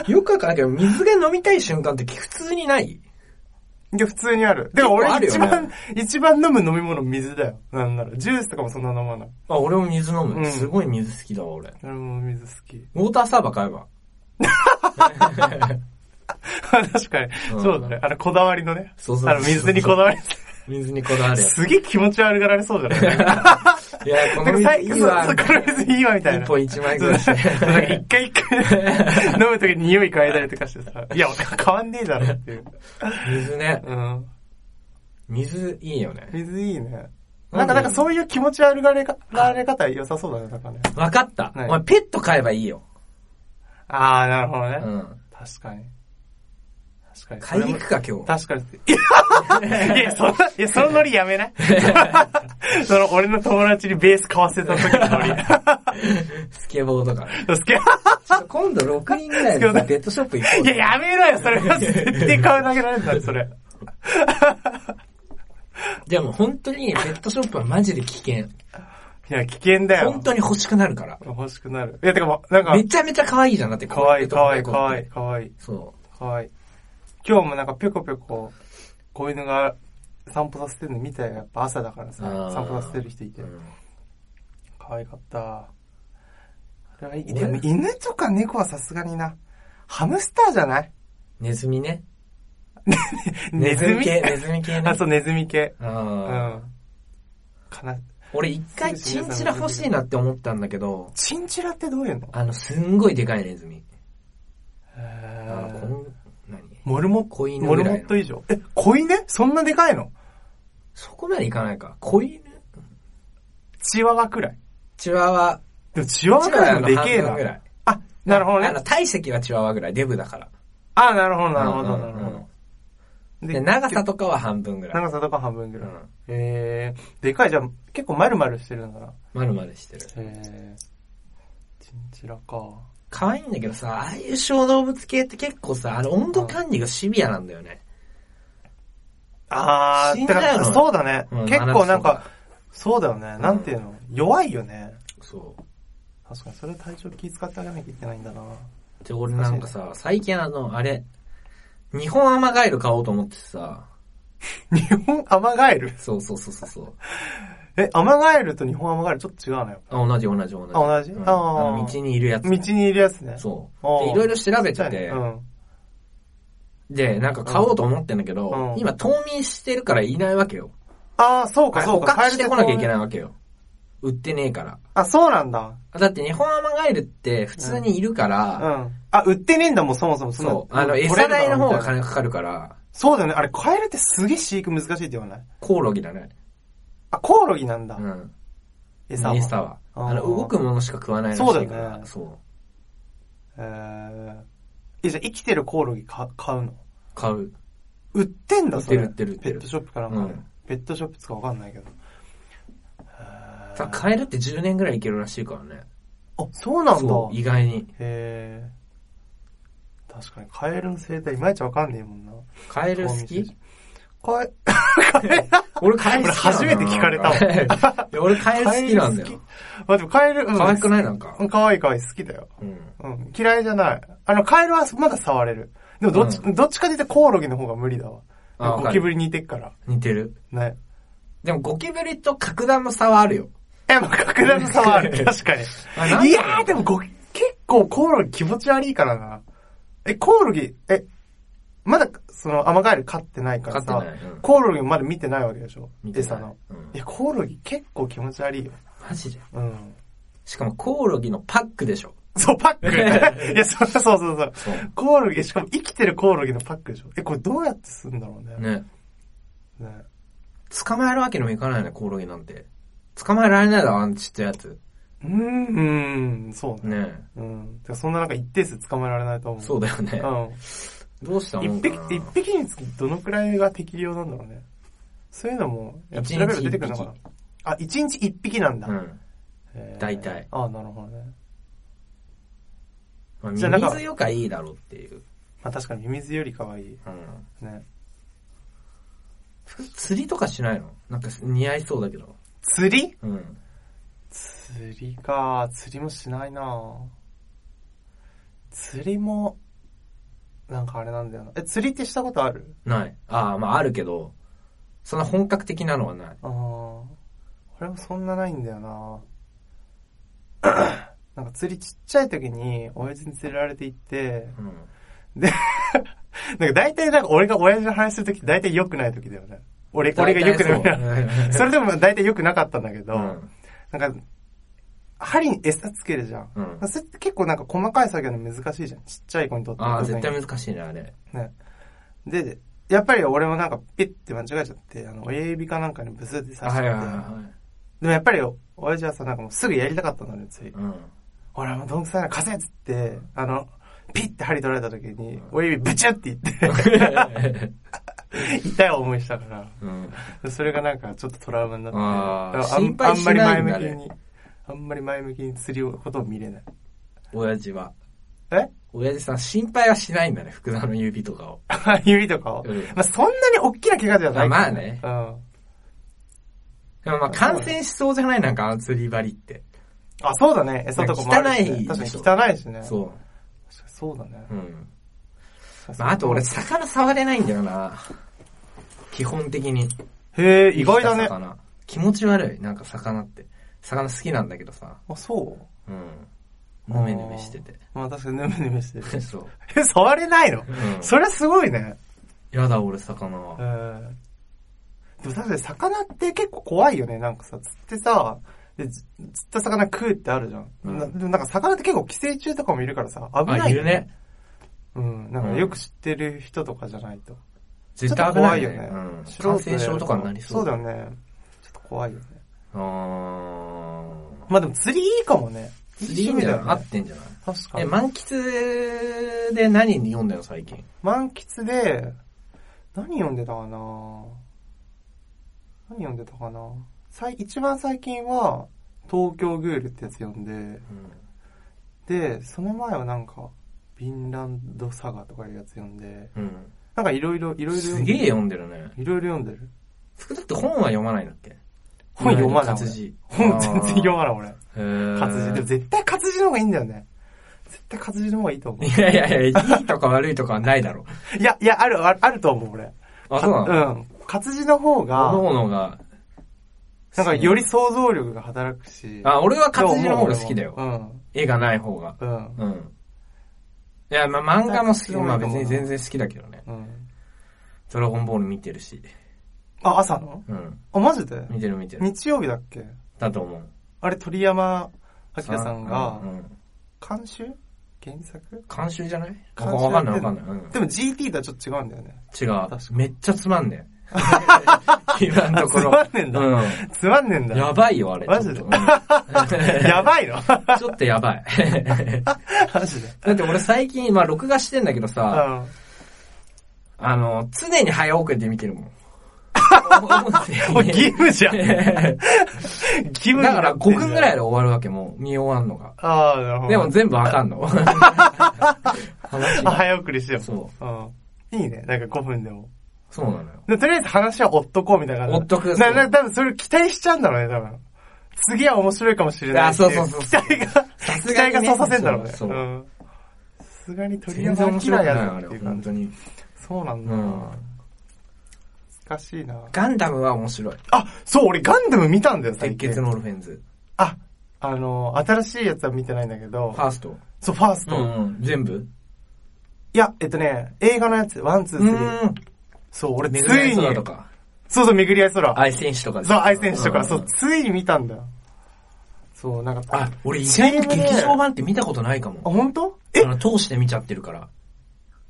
S2: よくわかんないけど、水が飲みたい瞬間って普通にない
S1: いや、普通にある。でも
S2: 結構あ
S1: 俺
S2: る
S1: 一
S2: よね
S1: 番、一番飲む飲み物水だよ。なんなら。ジュースとかもそんな飲まない。
S2: あ、俺も水飲
S1: うん
S2: む。すごい水好きだわ、俺。
S1: 俺も水好き。
S2: ウォーターサーバー買えば。
S1: 確かに。
S2: うん
S1: そうだね。あの、こだわりのね。
S2: そうそうそう
S1: あの、水にこだわり。
S2: 水にこだわるやつ。
S1: すげえ気持ち悪がられそうじゃないなんか
S2: いや、この水
S1: 最
S2: い
S1: 近、
S2: い
S1: そう
S2: わ
S1: そ。うこれ別にいいわみたいな。
S2: 一本一枚ぐらい
S1: そうそうなんか一回一回 飲むときに匂い嗅いだりとかしてさ。いや、変わんねえだろっていう。
S2: 水ね。
S1: うん。
S2: 水いいよね。
S1: 水いいね。なんか、なんかそういう気持ち悪がれがられ方良さそうだね、なんかね。
S2: わかった。
S1: はい
S2: お前ペット買えばいいよ。
S1: あー、なるほどね
S2: う。ん。
S1: 確かに。確かに。
S2: 買いに行くか、今日。
S1: 確 かに。いや、そんな、いや、そのノリやめ ないその、俺の友達にベース買わせた時のノ
S2: スケボー とか。
S1: リ。すげえ
S2: ちょっと今度6人ぐらいでさペットショップ行こう
S1: い
S2: ぜ。
S1: や、やめろよ、それ。絶対顔投げられるんだ、それ。
S2: でも本当にペットショップはマジで危険。
S1: いや、危険だよ。
S2: 本当に欲しくなるから。
S1: 欲しくなる。いや、てかもう、なんか
S2: め、ちゃめちゃ可愛いじゃん、だって。
S1: かわいい、かわいい、
S2: こ
S1: か
S2: うやっ
S1: わい
S2: て
S1: い、かわいい、
S2: そ
S1: かわいい。今日もなんか、ぴょこぴょこ、子犬が散歩させてるの見たよ。やっぱ朝だからさ、
S2: あー。
S1: 散歩させてる人いうて
S2: う。ん
S1: 可愛かった。あれはいいでも犬とか猫はさすがにな。ハムスターじゃない
S2: ネズミね。
S1: ネズミ
S2: 系、ネズミ系ね。
S1: あ、そう、ネズミ系。
S2: あ
S1: う
S2: ー
S1: ん。かな、
S2: 俺一回チンチラ欲しいなって思ったんだけど、
S1: チンチラってどういうの
S2: あの、すんごいでかいネズミ。あ
S1: へ
S2: の、こ
S1: ー
S2: ん、何
S1: モルモット、
S2: 子犬
S1: モ
S2: ぐ
S1: ルモ
S2: らい
S1: ット
S2: の。
S1: 以上。え、子犬そんなでかいの
S2: そこまでいかないか。子犬
S1: チワワくらい。
S2: チワワ。
S1: でもチワワ
S2: チ
S1: く
S2: ワ
S1: らい
S2: ワの
S1: もで
S2: 半
S1: けえ
S2: 分
S1: な
S2: ぐ。らい。
S1: あ、なるほど
S2: あの、
S1: ね。
S2: 体積はチワワぐらい。デブだから。
S1: あ、なるほど、なるほど、
S2: うん
S1: な
S2: うん
S1: る
S2: うん
S1: ほど。
S2: で、長さとかは半分ぐらい。
S1: 長さとか半分ぐ
S2: う
S1: ら
S2: ん。
S1: い。へーでかいじゃん。結構丸々してるんだな。
S2: まるまるしてる。
S1: へーチンチラか。
S2: 可愛いんだけどさ、ああいう小動物系って結構さ、あの温度管理がシビアなんだよね。
S1: あ
S2: 死ん
S1: ー、
S2: じ
S1: だ
S2: ゃ
S1: か
S2: うの
S1: ら、そうだね。
S2: うん
S1: 結構なん
S2: 真夏とか
S1: か、そうだよね。なんていうの弱いよね。
S2: そう。
S1: 確かに、それ体調気使ってあげなきゃいけないんだな。
S2: で、俺なんかさ、最近あの、あれ、日本アマガエル買おうと思ってさ、
S1: 日本アマガエル
S2: そうそうそうそうそう。
S1: え、アマガエルと日本アマガエルちょっと違うのよ。
S2: あ、同じ同じ同じ。
S1: あ同じ
S2: うん
S1: あー
S2: の、道にいるやつ。
S1: 道にいるやつね。
S2: そう。
S1: あ
S2: で、
S1: ー
S2: いろいろ調べ
S1: ち
S2: て
S1: っちゃい
S2: て
S1: ねう、ん。
S2: で、なんか買おうと思ってんだけど
S1: う、ん
S2: 今冬眠してるからいないわけよ。
S1: ああ、そうか、そ
S2: 捕
S1: うか。
S2: 獲してこなきゃいけ
S1: い。
S2: ないわけよ。売ってねえから。
S1: あ、そうなんだ。
S2: だって日本アマガエルって普通にいるか
S1: う
S2: ら、
S1: ん。あ、売ってねえんだもん、そもそも。んな
S2: そう、あの、
S1: 取れる
S2: 餌代の方が
S1: みたいな
S2: 金かかるから、
S1: そうだよね。あれ、カエルってすげえ飼育難しいって言わない
S2: コオロギだね。
S1: あ、コオロギなんだ
S2: う。ん。
S1: 餌は。
S2: 餌は。
S1: あー
S2: あの、動くものしか食わないらし
S1: そ
S2: いうか
S1: だよ
S2: ら。
S1: ね
S2: そう。
S1: えー。え、じゃあ生きてるコオロギか買うの
S2: 買う。
S1: 売ってん
S2: 売
S1: だ、
S2: っ
S1: そ
S2: て
S1: れ。
S2: る売ってる売って
S1: ペ
S2: る
S1: ットショップかなんかで
S2: うん
S1: ペットショップつかわかんないけど。へー
S2: さ、カエルって10年ぐらいいけるらしいからね。
S1: あ、そうなんだ。
S2: そう、意外に。
S1: へー確かに、カエルの生態いまいちわかんねえもんな。
S2: カエル好き
S1: カエ
S2: 俺カエル好きなの
S1: 俺初めて聞かれた
S2: わ。 いや俺 カエル好きなんだ
S1: カエル
S2: よ。
S1: まあ、でもカエル、うん
S2: 可愛くないなんか。
S1: うん可愛い可愛い好きだよ。
S2: うん。
S1: うん、嫌いじゃない。あの、カエルはまだ触れる。でもどっち、
S2: う
S1: どっちかというとコオロギの方が無理だわ。
S2: あわかる
S1: ゴキブリ似てっから。
S2: 似てる。
S1: ね。
S2: でもゴキブリと格段の差はあるよ。
S1: え、もう格段の差はある。 確か
S2: あなんだろう
S1: に。いやー、でもゴキ、結構コオロギ気持ち悪いからな。え、コオロギ、え、まだ、その、アマガエル飼ってないからさ
S2: 飼ってないうん、
S1: コオロギもまだ見てないわけでしょ
S2: 見てない
S1: 餌の
S2: うん。
S1: いや、コオロギ結構気持ち悪いよ。
S2: マジで。
S1: うん。
S2: しかもコオロギのパックでしょ。
S1: そう、パッ ク。いや、そうそうそうそう。
S2: そう。
S1: コオロギ、しかも生きてるコオロギのパックでしょえ、これどうやってするんだろうね。
S2: ね。
S1: ね
S2: 捕まえるわけにもいかないね、コオロギなんて。捕まえられないだろ、あんちったやつ。
S1: うーん、うんそうね。
S2: ね
S1: うん。てかそんななんか一定数捕まえられないと思う。
S2: そうだよね。
S1: うん。
S2: どうしたもんか
S1: 一匹
S2: な、。
S1: 一匹につきどのくらいが適量なんだろうね。そういうのも、やっぱ調べると出てくるのかな
S2: 一。
S1: あ、一日一匹なんだ。
S2: うん。
S1: へー
S2: 大体
S1: あなるほどね。
S2: まあ、
S1: じゃあなん
S2: ミ
S1: か
S2: ミズよかいいだろうっていう。
S1: まあ確かにミミズより可愛い。
S2: うん。
S1: ね。
S2: 釣りとかしないのなんか似合いそうだけど。
S1: 釣り
S2: うん。
S1: 釣りか。釣りもしないな釣りも、なんかあれなんだよな。え、釣りってしたことある
S2: ない。ああ、まああるけど、そんな本格的なのはない。
S1: ああ。俺もそんなないんだよな なんか釣りちっちゃい時に親父に連れられて行って、
S2: うん。
S1: なんか大体なんか俺が親父の話するとき大体良くないときだよね。俺、俺が良く
S2: 大
S1: ない。
S2: 体
S1: それでも大体良くなかったんだけ
S2: う
S1: ど、
S2: うん。
S1: なんか、針に餌つけるじゃん。
S2: うん。
S1: それって結構なんか細かい作業の難しいじゃん。ちっちゃい子にとっては。
S2: ああ、
S1: 特
S2: 絶
S1: に
S2: 対難しいね、あれ。
S1: ね。で、やっぱり俺もなんかピッて間違えちゃって、あの、親指かなんかにブスって刺しちゃっ
S2: はい
S1: て。
S2: はいは
S1: でもやっぱり親父はさ、なんかもうすぐやりたかったんだね、つい
S2: い。。うん。
S1: 俺はもうどんくさいな、貸せっつって、あの、ピッて針取られた時に、親指ブチュって言って、 痛い思いしたから。
S2: うん。
S1: それがなんかちょっとトラウマになって、
S2: あー
S1: だから
S2: 心配しないんだね
S1: あんまり前向きに、あんまり前向きに釣りことを見れない。
S2: 親父は。
S1: え
S2: 親父さん心配はしないんだね、福田の指とかを。
S1: 指とかを。
S2: うん
S1: まあそんなに大きな怪我じゃない
S2: まあね
S1: うん。
S2: でもまあ感染しそうじゃないなんかあの釣り針って。
S1: あ、そうだね。餌とかもあるし、ね。
S2: 汚いでしょ
S1: 確かに汚いしね。
S2: そ
S1: 確かにそうだね
S2: う。。うん。まああと俺魚触れないんだよな。基本的に。
S1: へえ、意外だ
S2: 生き
S1: ね
S2: た。魚。気持ち悪い。なんか魚って。魚好きなんだけどさ。
S1: あ、そう
S2: うん。ぬめぬめしてて。
S1: まあ確かにヌメヌメして る。
S2: そう。
S1: え、触れないの
S2: うん
S1: それすごいね。
S2: やだ俺魚
S1: え
S2: は。
S1: ーでも確かに魚って結構怖いよね。なんかさ、釣ってさ、でず釣った魚食うってあるじゃん。
S2: うん
S1: なでもなんか魚って結構寄生虫とかもいるからさ、危な
S2: あ、
S1: い
S2: い
S1: よ
S2: るね。
S1: うん。なんかよく知ってる人とかじゃないと。
S2: 絶対危ないよね。
S1: ちょっと怖いよね
S2: うん。感染
S1: 素人でやる
S2: 症とかになりそう。
S1: そうだよね。ちょっと怖いよね。
S2: あー
S1: まあでも釣りいいかもね。
S2: 釣りいいんじゃない合
S1: いい趣味
S2: ってんじゃない
S1: だよね確か
S2: え、
S1: に。
S2: 満喫で何読んだよ最近。
S1: 満喫で、何読んでたかな何読んでたかな最一番最近は、東京グールってやつ読んで、で、その前はなんか、ヴィンランドサガとかいうやつ読んで、
S2: うん。
S1: なんかいろいろ、いろいろ読
S2: す
S1: ん
S2: げ
S1: で
S2: え読んでるね。
S1: いろいろ読んでる。
S2: 福田って本は読まないんだっけ
S1: 本読まない
S2: 活字。
S1: 本全然読まない俺。
S2: へー
S1: 活字。でも絶対活字の方がいいんだよね。絶対活字の方がいいと思う。
S2: いやいやいや、いいとか悪いとかはないだろ。
S1: いや、いや、ある、あるあると思う俺。
S2: あ、そうなの
S1: うん。活字の方が、
S2: 各々が。
S1: なんかより想像力が働くし。
S2: あ、俺は活字の方が好きだよ
S1: う。ん。
S2: 絵がない方が。
S1: うん。
S2: うん。いや、まあ漫画も好き。まあ別に全然好きだけどね。
S1: うん。
S2: ドラゴンボール見てるし。
S1: あ、朝の
S2: うん。
S1: あ、マジで
S2: 見てる見てる。
S1: 日曜日だっけ
S2: だと思う。
S1: あれ、鳥山明さんが
S2: う、ん。
S1: 監修原作
S2: 監修じゃない
S1: 監修
S2: わかんない
S1: や
S2: わ
S1: って
S2: か
S1: ん
S2: んな
S1: の
S2: い。うん
S1: でも GT とはちょっと違うんだよね。
S2: 違
S1: か
S2: う。めっちゃつまん ねえ。今のと
S1: あ、つ
S2: ころ。
S1: まんねえんだ。
S2: う
S1: つまんねえん
S2: ん。や
S1: だ。
S2: ばいよ、あれ。
S1: マジで
S2: ちょっとうん
S1: やばいの
S2: ちょっとやばい。
S1: マジで。
S2: だって俺最近、まあ録画してんだけど
S1: う
S2: さ、
S1: ん。
S2: あの、常に早送りで見てるもん。
S1: こ れ義務じゃん。義務
S2: だから5分ぐらい
S1: い。
S2: で終わるわけもう、見終わんのが。
S1: ああ、なるほど。
S2: でも、全部わかん の。話
S1: あ、
S2: が
S1: 早送りしてよ。。
S2: そう
S1: うん。いいね。なんか5分でも。
S2: そうなのよ。
S1: でとりあえず話は追っとこうみたいな感じ。
S2: 追っとく
S1: な、な、多分それ期待しちゃうんだろうね、多分。次は面白いかもしれない
S2: あそうそうそう
S1: 期待が、
S2: さ
S1: 期待がそうさせんだろうね。
S2: そう。
S1: んさすがに鳥
S2: 全然
S1: 山
S2: 面
S1: 明
S2: 白くない
S1: や
S2: な、あ
S1: つってい
S2: れ。
S1: う感
S2: 本
S1: じ
S2: 当。に。
S1: そうなんだ。
S2: う
S1: 難
S2: ん。
S1: しいな。
S2: ガンダムは面白い。
S1: あ、そう、俺ガンダム見たんだよ、最
S2: 鉄
S1: 近
S2: 血。のオルフェンズ。
S1: あ、あの、新しいやつは見てないんだけど
S2: フ、ァースト。
S1: そう、ファースト。
S2: ん。全部
S1: いや、えっとね、映画のやつ、ワン、ツー、
S2: う
S1: スリー。
S2: ん。
S1: そう、俺つ
S2: メグ
S1: いに、
S2: とか、
S1: そうそう、巡り合い空。
S2: 愛戦士とかで
S1: そう、愛選手とか、そ
S2: ん
S1: う、ついに見たんだよ。そう、なんか、
S2: あ、俺意外と劇場版って見たことないか
S1: あ、
S2: も。
S1: 本当？
S2: あの、通して見ちゃってるから。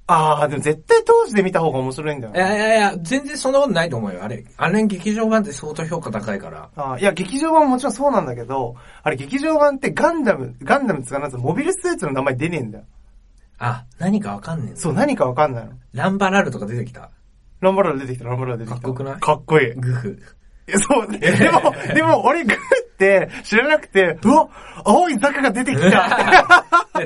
S1: ああ、でも絶対当時で見た方が面白いんだよ
S2: い。やいやいや、全然そんなことないと思うよ。あれ、あれ劇場版って相当評価高いから。
S1: あーいや、劇場版ももちろんそうなんだけど、あれ劇場版ってガンダム、ガンダムつかなんつうのモビルスーツの名前出ねえんだよ。
S2: あ、何かわかんねえ
S1: そう、何かわかんないの。
S2: ランバラルとか出てきた。
S1: ランバラル出てきた、ランバラル出てきた。
S2: かっこよくない
S1: かっこいい。
S2: グ フ。
S1: えそう、でも、でも俺グーって知らなくて、うわ青いザクが出てき た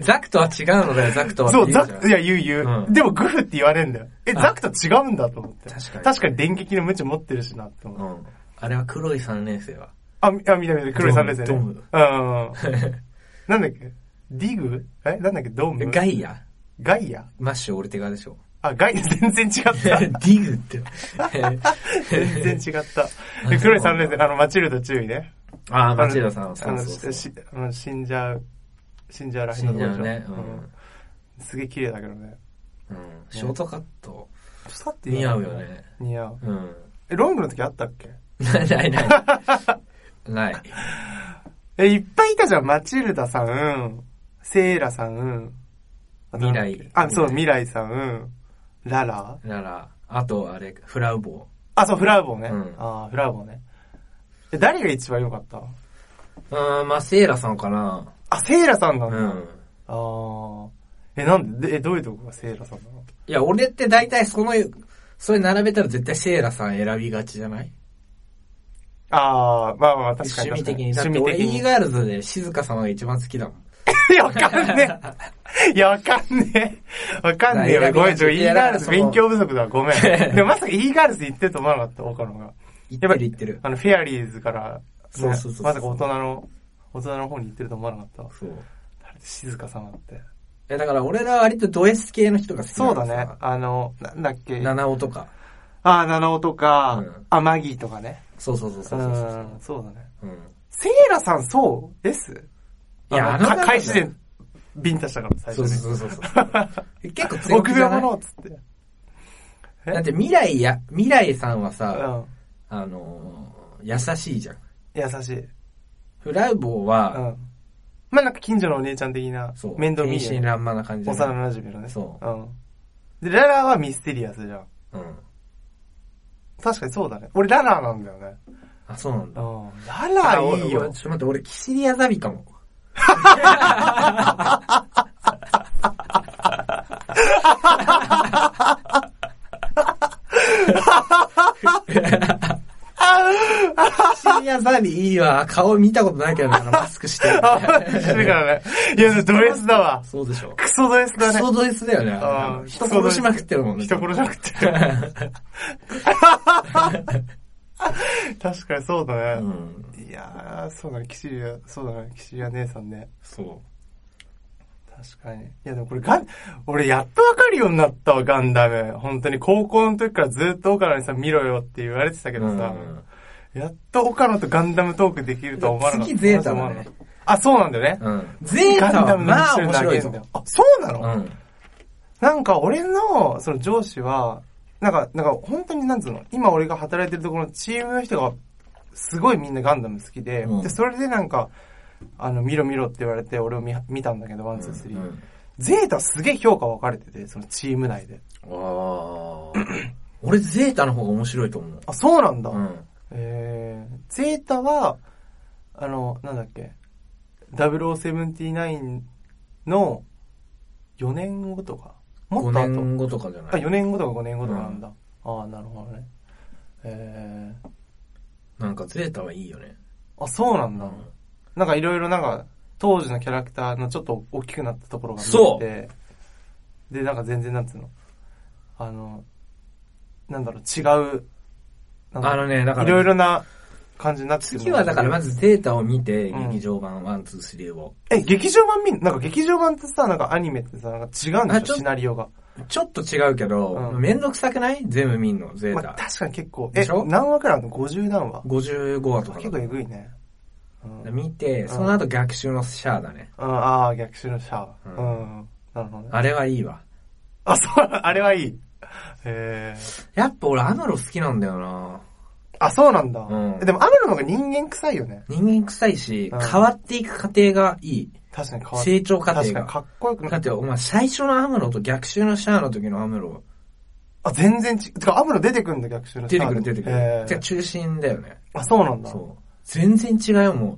S2: ザクとは違うのだよ、ザクとは。
S1: そう、ザク、いや、言う言う。
S2: うん
S1: でもグーって言われんだよ。え、ザクと違うんだと思って。
S2: 確かに
S1: 確かに電撃の無知持ってるしなって思って
S2: うん。あれは黒い三年生は。
S1: あ、みあ、見た見た、黒い三連星ね。
S2: ドーム
S1: うん。 なんだっけディグえなんだっけドーム
S2: ガイア
S1: ガイア
S2: マッシュオルテガでしょ。
S1: あ、ガイア全然違 っ
S2: デ
S1: た。
S2: ィグ って。
S1: 全然違った。で黒い三連星、あの、マチルダ注意ね。
S2: ああ、
S1: あの
S2: マチルダさん。そ
S1: あ
S2: う
S1: の、
S2: そうそう
S1: しあの死んじゃう、死んじゃうらへ
S2: 死
S1: んの
S2: ん
S1: と
S2: じゃ
S1: こでし
S2: う
S1: ょ。
S2: ね。
S1: うんすげえ綺麗だけどね。
S2: うん。うん。ショートカット。
S1: さって
S2: 似合うよ。ね。
S1: 似合う。
S2: うん。
S1: え、ロングの時あったっけ
S2: ないないない。 ない。
S1: え、いっぱいいたじゃん。マチルダさん、セイラさん、あとなんだっけ
S2: 未来
S1: あ、そう、未来さん、ララ
S2: なら、あとあれ、フラウボ
S1: あ、そう、フラウボーね。
S2: うん
S1: あーフラウボーね。え、誰が一番良かった
S2: ー。うん、まあセーラさんかな。
S1: あ、セイラさんな
S2: う
S1: の、だ
S2: ん。
S1: あーえ、なんで、でえ、どういうとこがセイラさんなの
S2: いや、俺って大体その、それ並べたら絶対セーラさん選びがちじゃない
S1: ああ、まあまあ、確か
S2: 趣味
S1: に確か
S2: 的に。だって
S1: 趣味
S2: 俺、
S1: 的に。
S2: e ガールズで静香様が一番好きだもん。
S1: い や、わかんねえ。いや、わかんねえ。わかんねえ
S2: いや
S1: よ。ごめん、ちょ、
S2: い
S1: e
S2: や
S1: ガールズ
S2: いや
S1: 勉強不足だ。ごめん。でもまさか e ガールズ行ってると思わなかった、岡野が。
S2: 行ってる行ってる。
S1: あの、フェアリーズから、
S2: そうそうそうそう
S1: まさか大人の、大人の方に行ってると思わなかったわ。
S2: そう。
S1: 静香様って。
S2: え、だから俺ら割とド S 系の人が好き
S1: そうだ
S2: なの
S1: ね
S2: さ。。
S1: あの、なんだっけ。
S2: 七尾とか。
S1: ああ、七尾とか、
S2: うん
S1: あ、マギーとかね。
S2: そうそうそう
S1: う
S2: そうそうそ
S1: ん、そうだね。
S2: う。うん。
S1: セイラさんそうです
S2: いや
S1: あ
S2: あの
S1: の、
S2: 方
S1: か
S2: ね
S1: 開始でビンタしたから、最
S2: そう
S1: 初
S2: そ
S1: に。
S2: うそうそう。 結構強気
S1: 臆
S2: じゃ
S1: 病
S2: ない
S1: 者っつって。え
S2: だって未来や、未来さんは
S1: う
S2: さ、
S1: ん。
S2: あのー、優しいじゃん。
S1: 優しい。
S2: フラウボー
S1: う
S2: は、
S1: ん。まあ、なんか近所のお姉ちゃん的な
S2: そう、、
S1: 面倒見い
S2: 天
S1: いよ
S2: 真
S1: ね
S2: 爛漫な感じじゃない
S1: 幼馴染のね。。
S2: そう
S1: うん。で、ララはミステリアスじゃん。
S2: うん。
S1: 確かにそうだね。俺ララなんだよね。
S2: あ、そうなん
S1: う
S2: だ。
S1: ん。ララいい
S2: あお
S1: よ
S2: お。ちょっと待って、俺、キシリアザビかも。キシリアザビいいわ。顔見たことないけどな、マスクしてる、
S1: あ、してるからね。いや、ドレスだわ。
S2: そうでしょ。
S1: クソドレス
S2: ク
S1: だね。
S2: ソド S だよね
S1: あ
S2: あ
S1: ー
S2: れ。人殺しまくってるもんね。
S1: 人殺しなくて。確かにそうだ
S2: う
S1: ね。
S2: ん。
S1: いやー、そうだね。キシリア、そうだね。キシリア姉さんね。
S2: そう。
S1: 確かに。いや、でもこれガン、俺やっとわかるようになったわ、ガンダム。本当に高校の時からずっと岡野にさ、見ろよって言われてたけどさ、やっと岡野とガンダムトークできるとは思わなかった。
S2: 次ゼータだね
S1: 思わなかった。あ、そうなんだよね。
S2: うん。ゼー
S1: ガ
S2: タ
S1: ンダ
S2: は
S1: ムの
S2: まあ
S1: ミ
S2: 面
S1: ッション
S2: 白
S1: で
S2: い
S1: 上げんだ
S2: ぞ。
S1: よ。あ、そうなの、
S2: うん。
S1: なんか俺の、その上司は、なんか、なんか本当になんつうの、今俺が働いてるところのチームの人が、すごいみんなガンダム好きで、
S2: うん
S1: で、それでなんか、あの、見ろ見ろって言われて、俺を見見たんだけど、ワン、ツー、スリ
S2: う
S1: ー。
S2: ん
S1: ゼータすげえ評価分かれてて、そのチーム内で。
S2: あー俺、ゼータの方が面白いと思う。
S1: あ、そうなんだ。
S2: うん。
S1: えー、ゼータは、あの、なんだっけ、0079の4年後とか、
S2: 5
S1: もっと後。
S2: 年後とかじゃ
S1: あ、
S2: ない
S1: 4年後とか5年後とかなんだ。ああ、なるほどね。え
S2: なんか、ゼータはいいよね。
S1: ー、あ、そうなんだ。なんかいろいろなんか、当時のキャラクターのちょっと大きくなったところが見
S2: そ
S1: えて、で、なんか全然なんつうの、あの、なんだろう、違う、なん
S2: あ
S1: か
S2: のね、だから、
S1: いろいろな感じになってくる
S2: 次はだからまずゼータを見て、
S1: うん
S2: 劇場版1、2、3を。
S1: え、劇場版見んなんか劇場版ってさ、なんかアニメってさ、なんか違うん
S2: あ
S1: で
S2: ち
S1: し
S2: ょ
S1: ょシナリオが。
S2: ちょっと違うけど、
S1: うん
S2: めんどくさくない全部見んの、ゼー
S1: まあ、
S2: タ。
S1: 確かに結構。
S2: で
S1: え
S2: しょ、
S1: 何話くらいあるの ?50 何話
S2: 55話とかだ
S1: 結構えぐいね。うん
S2: 見て、その後逆襲のシャアだね。
S1: うん、ああ、逆襲のシャア。
S2: う
S1: うんん。なるほどね。
S2: あれはいいわ。
S1: あ、そう、 あれはいい。えー、
S2: やっぱ俺、アムロ好きなんだよな
S1: あ、そうなんだ。
S2: うん
S1: でも、アムロの方が人間臭いよね。
S2: 人間臭いし、
S1: うん
S2: 変わっていく過程がいい。
S1: 確かに変わ
S2: 成長過程
S1: 確かに
S2: が。
S1: かっこよく
S2: だ
S1: な
S2: っ
S1: い。
S2: て、お前、最初のアムロと逆襲のシャアの時のアムロ、
S1: あ、全然ち、てか、アムロ出てくんだ、逆襲のシ
S2: 出
S1: ャ
S2: て
S1: ア
S2: く
S1: で
S2: る出てく
S1: え
S2: る。てか
S1: ー、
S2: 中心だよね。
S1: あ、そうなんだ。
S2: そう。全然違うよ、も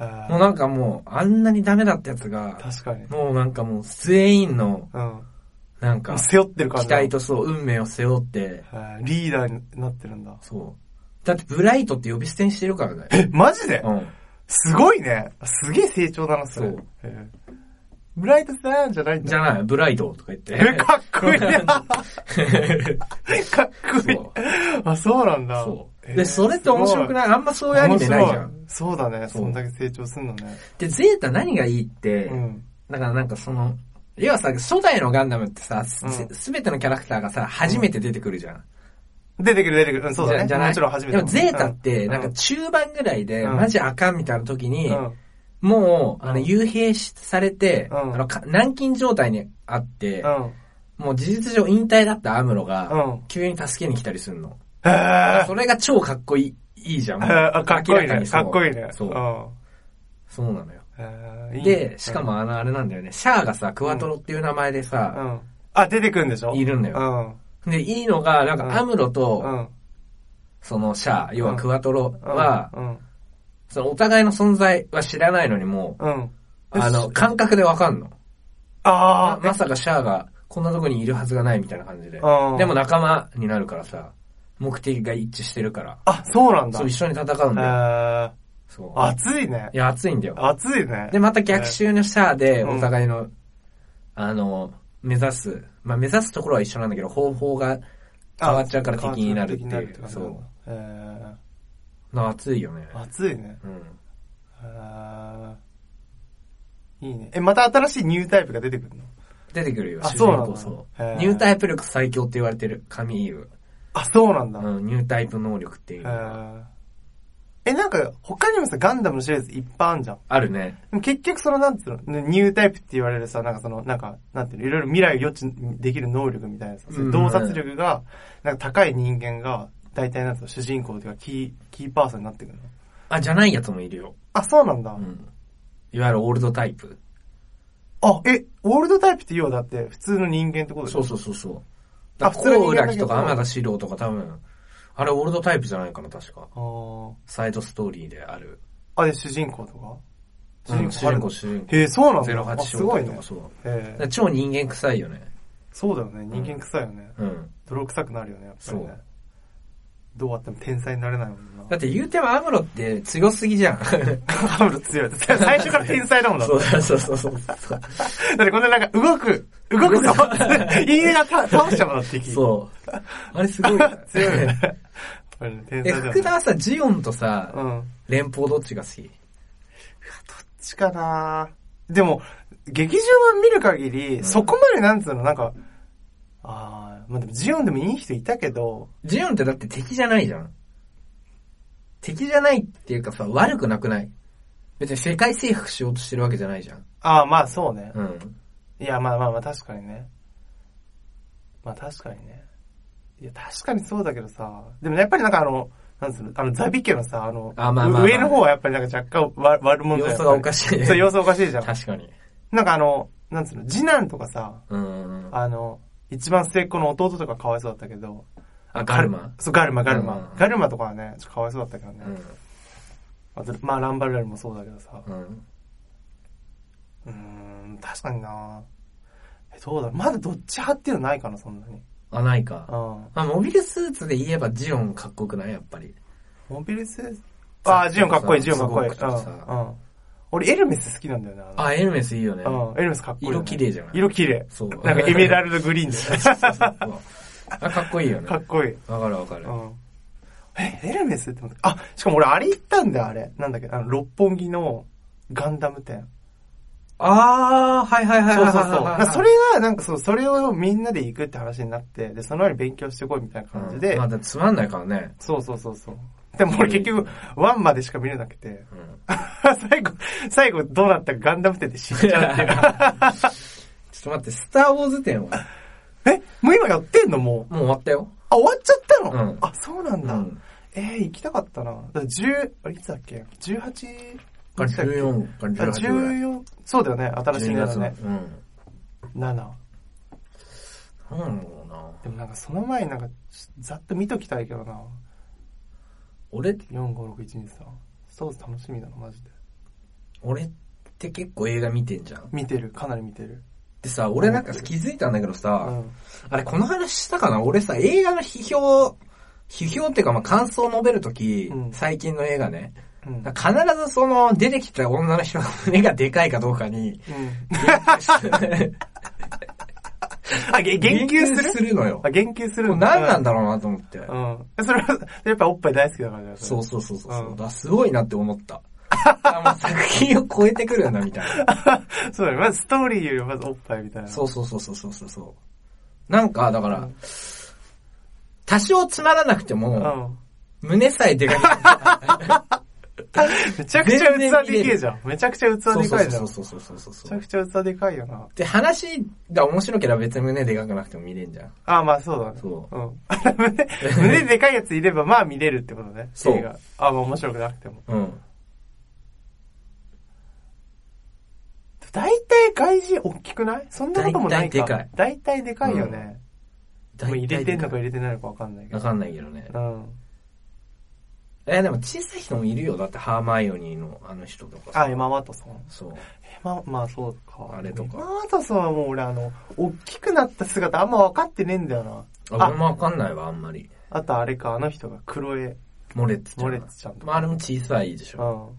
S1: えー
S2: う。もうなんかもう、あんなにダメだったやつが、
S1: 確かに。
S2: もうなんかもう、全員の、
S1: う
S2: なんか
S1: ん。、背負ってる感
S2: 期
S1: じだ。
S2: 待とそう、運命を背負って、
S1: えーリーダーになってるんだ。
S2: そう。だって、ブライトって呼び捨てにしてるからね。
S1: え、マジで
S2: うん。
S1: すごいね。すげえ成長だな、それ。
S2: そう
S1: えーブライトさんじゃないんだ。
S2: じゃない、ブライトとか言って。
S1: え、かっこいいね。かっこい い
S2: そう。
S1: あ、そうなんだ。
S2: そう。で、それって面白く
S1: い
S2: ないあんまそういうアニメないじゃん。。
S1: すごいそうだね。
S2: そう
S1: そんだけ成長すんのね。
S2: で、ゼータ何がいいって、
S1: うん。
S2: だからなんかその、要はさ、初代のガンダムってさ、す
S1: うん
S2: すべてのキャラクターがさ、初めて出てくるじゃん。
S1: 出てくる出てくる。うん、そうだね。
S2: じゃじゃない
S1: もちろん初めて
S2: で
S1: だ
S2: も
S1: ん。
S2: ゼータって、
S1: うん
S2: なんか中盤ぐらいで、
S1: うん
S2: マジあかんみたいな時に、
S1: うん。うん
S2: もう、
S1: うん
S2: あの、幽閉されて、
S1: うん
S2: あの、か軟禁状態にあって、
S1: うん。
S2: もう事実上引退だったアムロが、
S1: うん
S2: 急に助けに来たりするの。
S1: へー
S2: それが超かっこいい、いいじゃん。もう
S1: あ かっこいい
S2: 明ら
S1: ね。
S2: にそ
S1: か
S2: う
S1: っこいいね。
S2: そうう。
S1: ん
S2: そうなのよ。
S1: えーいいね
S2: で、しか、もあの、あれなんだよね、シャアがさ、クワトロっていう名前で
S1: う
S2: さ、
S1: ん。あ、出てくるんでしょ
S2: いるんだよ。
S1: よ。
S2: で、いいのが、なん
S1: う
S2: か
S1: ん
S2: アムロ
S1: うん。う
S2: と、
S1: ん。
S2: そのシャア、要はクワトロ
S1: うん
S2: は、
S1: うん。
S2: そのお互いの存在は知らないのにも、
S1: うん。
S2: あの、感覚でわかんの。
S1: あ
S2: ま
S1: ー
S2: まさかシャアがこんなとこにいるはずがないみたいな感じで。
S1: うん
S2: でも仲間になるからさ、目的が一致してるから。
S1: あ、そうなんだ。
S2: そう、一緒に戦うん
S1: え
S2: だよ。
S1: ー
S2: そう。
S1: 暑いね
S2: い。や、熱いんだよ。
S1: 暑いね。
S2: で、また逆襲のシャアで、
S1: うん
S2: お互いの、あの、目指す、まあ、目指すところは一緒なんだけど、方法が変わっちゃうから敵になるって
S1: 変わ
S2: い
S1: ち
S2: う。
S1: ゃ敵
S2: そ
S1: になるって
S2: う。
S1: 感じなんだ
S2: な暑いよね
S1: え。ー、熱いね。
S2: うん。
S1: あーいいね。え、また新しいニュータイプが出てくるの
S2: 出てくるよ、
S1: あ
S2: 主人公
S1: そうなんだ
S2: そう
S1: へー
S2: ニュータイプ力最強って言われてる、カミーユ。
S1: あ、そうなんだ。
S2: うん、ニュータイプ能力っていう
S1: え
S2: のが
S1: ーえ、なんか、他にもさ、ガンダムのシリーズいっぱいあんじゃん。
S2: あるね。
S1: でも結局その、なんつうの、ニュータイプって言われるさ、なんかその、なんか、なんていうの、いろいろ未来を予知できる能力みたいなさ、そういう洞察力が、なんか高い人間が、大体なんつうの、主人公というか、キー、キーパーソンになってくるの。
S2: あ、じゃないやつもいるよ。
S1: あ、そうなんだ。
S2: うん。いわゆるオールドタイプ。
S1: あ、え、オールドタイプって要はだって、普通の人間ってことでし
S2: そ
S1: ょ
S2: うそうそうそう。
S1: あ
S2: あ、
S1: 普通の人
S2: コ
S1: 間
S2: ウ
S1: だ
S2: ラ
S1: け
S2: キ
S1: ど
S2: とか天田四郎とか多分、あれオールドタイプじゃないかな、確か。
S1: あ
S2: サイドストーリーである。
S1: ーあ、で、主人公とか
S2: うん主人公、
S1: あ
S2: 主人公。
S1: れへえ、そうなんだ。
S2: 08
S1: あすごい
S2: 章と
S1: ね
S2: か。そう。だ
S1: え
S2: から超人間臭いよね。
S1: そうだよね。人間臭いよね。
S2: うん。
S1: 泥臭くなるよね、やっぱりね
S2: そう。
S1: どうあっても天才になれないもん
S2: だ
S1: な。
S2: って言うてもアムロって強すぎじ ゃん。
S1: カムロ強い。最初から天才だもんだって
S2: そうそうそうそう。
S1: だってこんななんか動く、動くぞ いいな、た倒しちゃうもんだ敵。う。
S2: そう。あれすごいよね。
S1: 強いよね。やっぱりね天
S2: え、
S1: 才だよね。
S2: 福田はさ、ジオンとさ、
S1: うん。どっ
S2: 連邦どっちが好き
S1: ちかなでも、劇場版見る限り、
S2: ん
S1: そこまでなんつうの、なんか、ああまあでもジオンでもいい人いたけど、
S2: ジオンってだって敵じゃないじゃん。敵じゃないっていうかさ、悪くなくない別に世界征服しようとしてるわけじゃないじゃん。
S1: ああまあそうね。
S2: うん。
S1: いや、まあまあまあ確かにね。まあ確かにね。いや、確かにそうだけどさ、でもやっぱりなんかあの、なんつうの、あのザビ家のさ、あの、
S2: あまあまあまあ
S1: 上の方はやっぱりなんか若干わ悪者
S2: 様
S1: だよ
S2: 子がおか
S1: し
S2: しいね。
S1: そう、様子おかしいじゃん。
S2: 確かに。
S1: なんかあの、なんつうの、次男とかさ、
S2: うん。
S1: あの、一番末っ子の弟とかかわいそうだったけど。
S2: あ、ガルマ。
S1: そう、ガルマ、ガルマ。
S2: うん
S1: ガルマとかはね、ちょっとかわいそうだったけどね。
S2: う
S1: あとまあ、ランバルラルもそうだけどさ。
S2: ん。うん。
S1: うーん、確かになえ、どうだろう。まだどっち派っていうのないかな、そんなに。
S2: あ、ないか。
S1: うん。
S2: まあ、モビルスーツで言えばジオンかっこよくないやっぱり。
S1: モビルスーツああ、ジオンかっこいい、ジオンかっこいい。
S2: すごくさ
S1: うん。うん。俺、エルメス好きなんだよね。の
S2: あ、エルメスいいよね。
S1: うん、エルメスかっこいいよね、
S2: 色綺麗じゃない
S1: 色綺麗。
S2: そう。
S1: なんかエメラ
S2: ル
S1: ルドグリーンだよね
S2: あ、かっこいいよね。
S1: かっこいい。
S2: わかるわかる
S1: う。ん。え、エルメスって思って、あ、しかも俺あれ行ったんだよ、あれ。なんだっけ、あの、六本木のガンダム店。
S2: あー、はいはいはい
S1: そ
S2: は
S1: う
S2: いは
S1: そ
S2: いう
S1: そう。
S2: は。
S1: ないんかそれが、なんかそう、それをみんなで行くって話になって、で、そのように勉強してこいみたいな感じで、
S2: うんまあ、だってつまんないからね。
S1: そうそうそうそう。でも俺結局、ワンまでしか見れなくて、
S2: うん。
S1: 最後、最後どうなったかガンダム店で知っちゃうっていう。
S2: ちょっと待って、スターウォーズ展は
S1: えもう今やってんのもう。
S2: もう終わったよ。
S1: あ、終わっちゃったの、
S2: うん
S1: あ、そうなん
S2: う
S1: だ。
S2: ん。
S1: えー、行きたかったな。だから10、あれいつだっけ ?18?
S2: から14から
S1: あ
S2: 18ぐらい。
S1: 14そうだよね、新しいのだね
S2: 12。月のうん。
S1: 7。
S2: そうなんだろうな。
S1: でもなんかその前になんか、ざっと見ときたいけどな。
S2: 俺、
S1: 4、5、6、1、2、3。そう楽しみだな、マジで。
S2: 俺って結構映画見てんじゃん。
S1: 見てる、かなり見てる。
S2: でさ、俺なんか気づいたんだけど
S1: う
S2: さ、
S1: ん。
S2: あれこの話したかな俺さ、映画の批評、批評っていうかまあ感想を述べるとき
S1: う、ん
S2: 最近の映画ね、
S1: うん。うん。
S2: 必ずその出てきた女の人が胸がでかいかどうかに、
S1: あ、げ 言及する
S2: するのよ
S1: あ、。言及する
S2: もう何なん
S1: だ
S2: だろうなと思って。
S1: うん。えそれは、やっぱおっぱい大好きだからだよ。
S2: そううそうそうそう。だ
S1: うん
S2: からすごいなって思った。あもう作品を超えてくるんだみたい な。
S1: そうだね。まずストーリーよりまずおっぱいみたいな。
S2: そうそうそうそうそうそうそう。なんか、だから、多少つまらなくて
S1: う
S2: も、
S1: ん。
S2: 胸さえで かい。
S1: めちゃくちゃ器でけえじゃん。めちゃくちゃ器でかいじ
S2: そ
S1: ゃん。
S2: う
S1: め
S2: そうそうそうそうそう
S1: ち
S2: そ
S1: ゃ
S2: う。
S1: くちゃ器でかいよな。
S2: で、話が面白ければ別に胸でかくなくても見れんじゃん。
S1: あ、まあそうだね。。
S2: そう
S1: ん。 胸、胸でかいやついれば、まあ見れるってことね。
S2: そう
S1: 映画。あ、まあ面白くなくても。
S2: うん。
S1: 大体外人大きくないそんなこともないか。
S2: 大体でかい
S1: 大体でかいよね。
S2: 大体
S1: もう入れてんのか入れてないのかわかんないけ
S2: わ
S1: ど。
S2: かんないけどね。
S1: うん。
S2: え、でも小さい人もいるよ。だってハーマイオニーのあの人とかさ。
S1: あ、エマ・ワトソン。
S2: そう。
S1: エマ、まあそうか。
S2: あれとか
S1: エマ・ワトソンはもう俺あの、大きくなった姿あんま分かってねえんだよな。
S2: あ、
S1: あ
S2: 俺もわかんないわ、あんまり。
S1: あとあれか、あの人がクロエ。
S2: モレッツちゃん。
S1: モレッツちゃんとか
S2: まあ、あれも小さいでし
S1: う
S2: ょ。
S1: ん。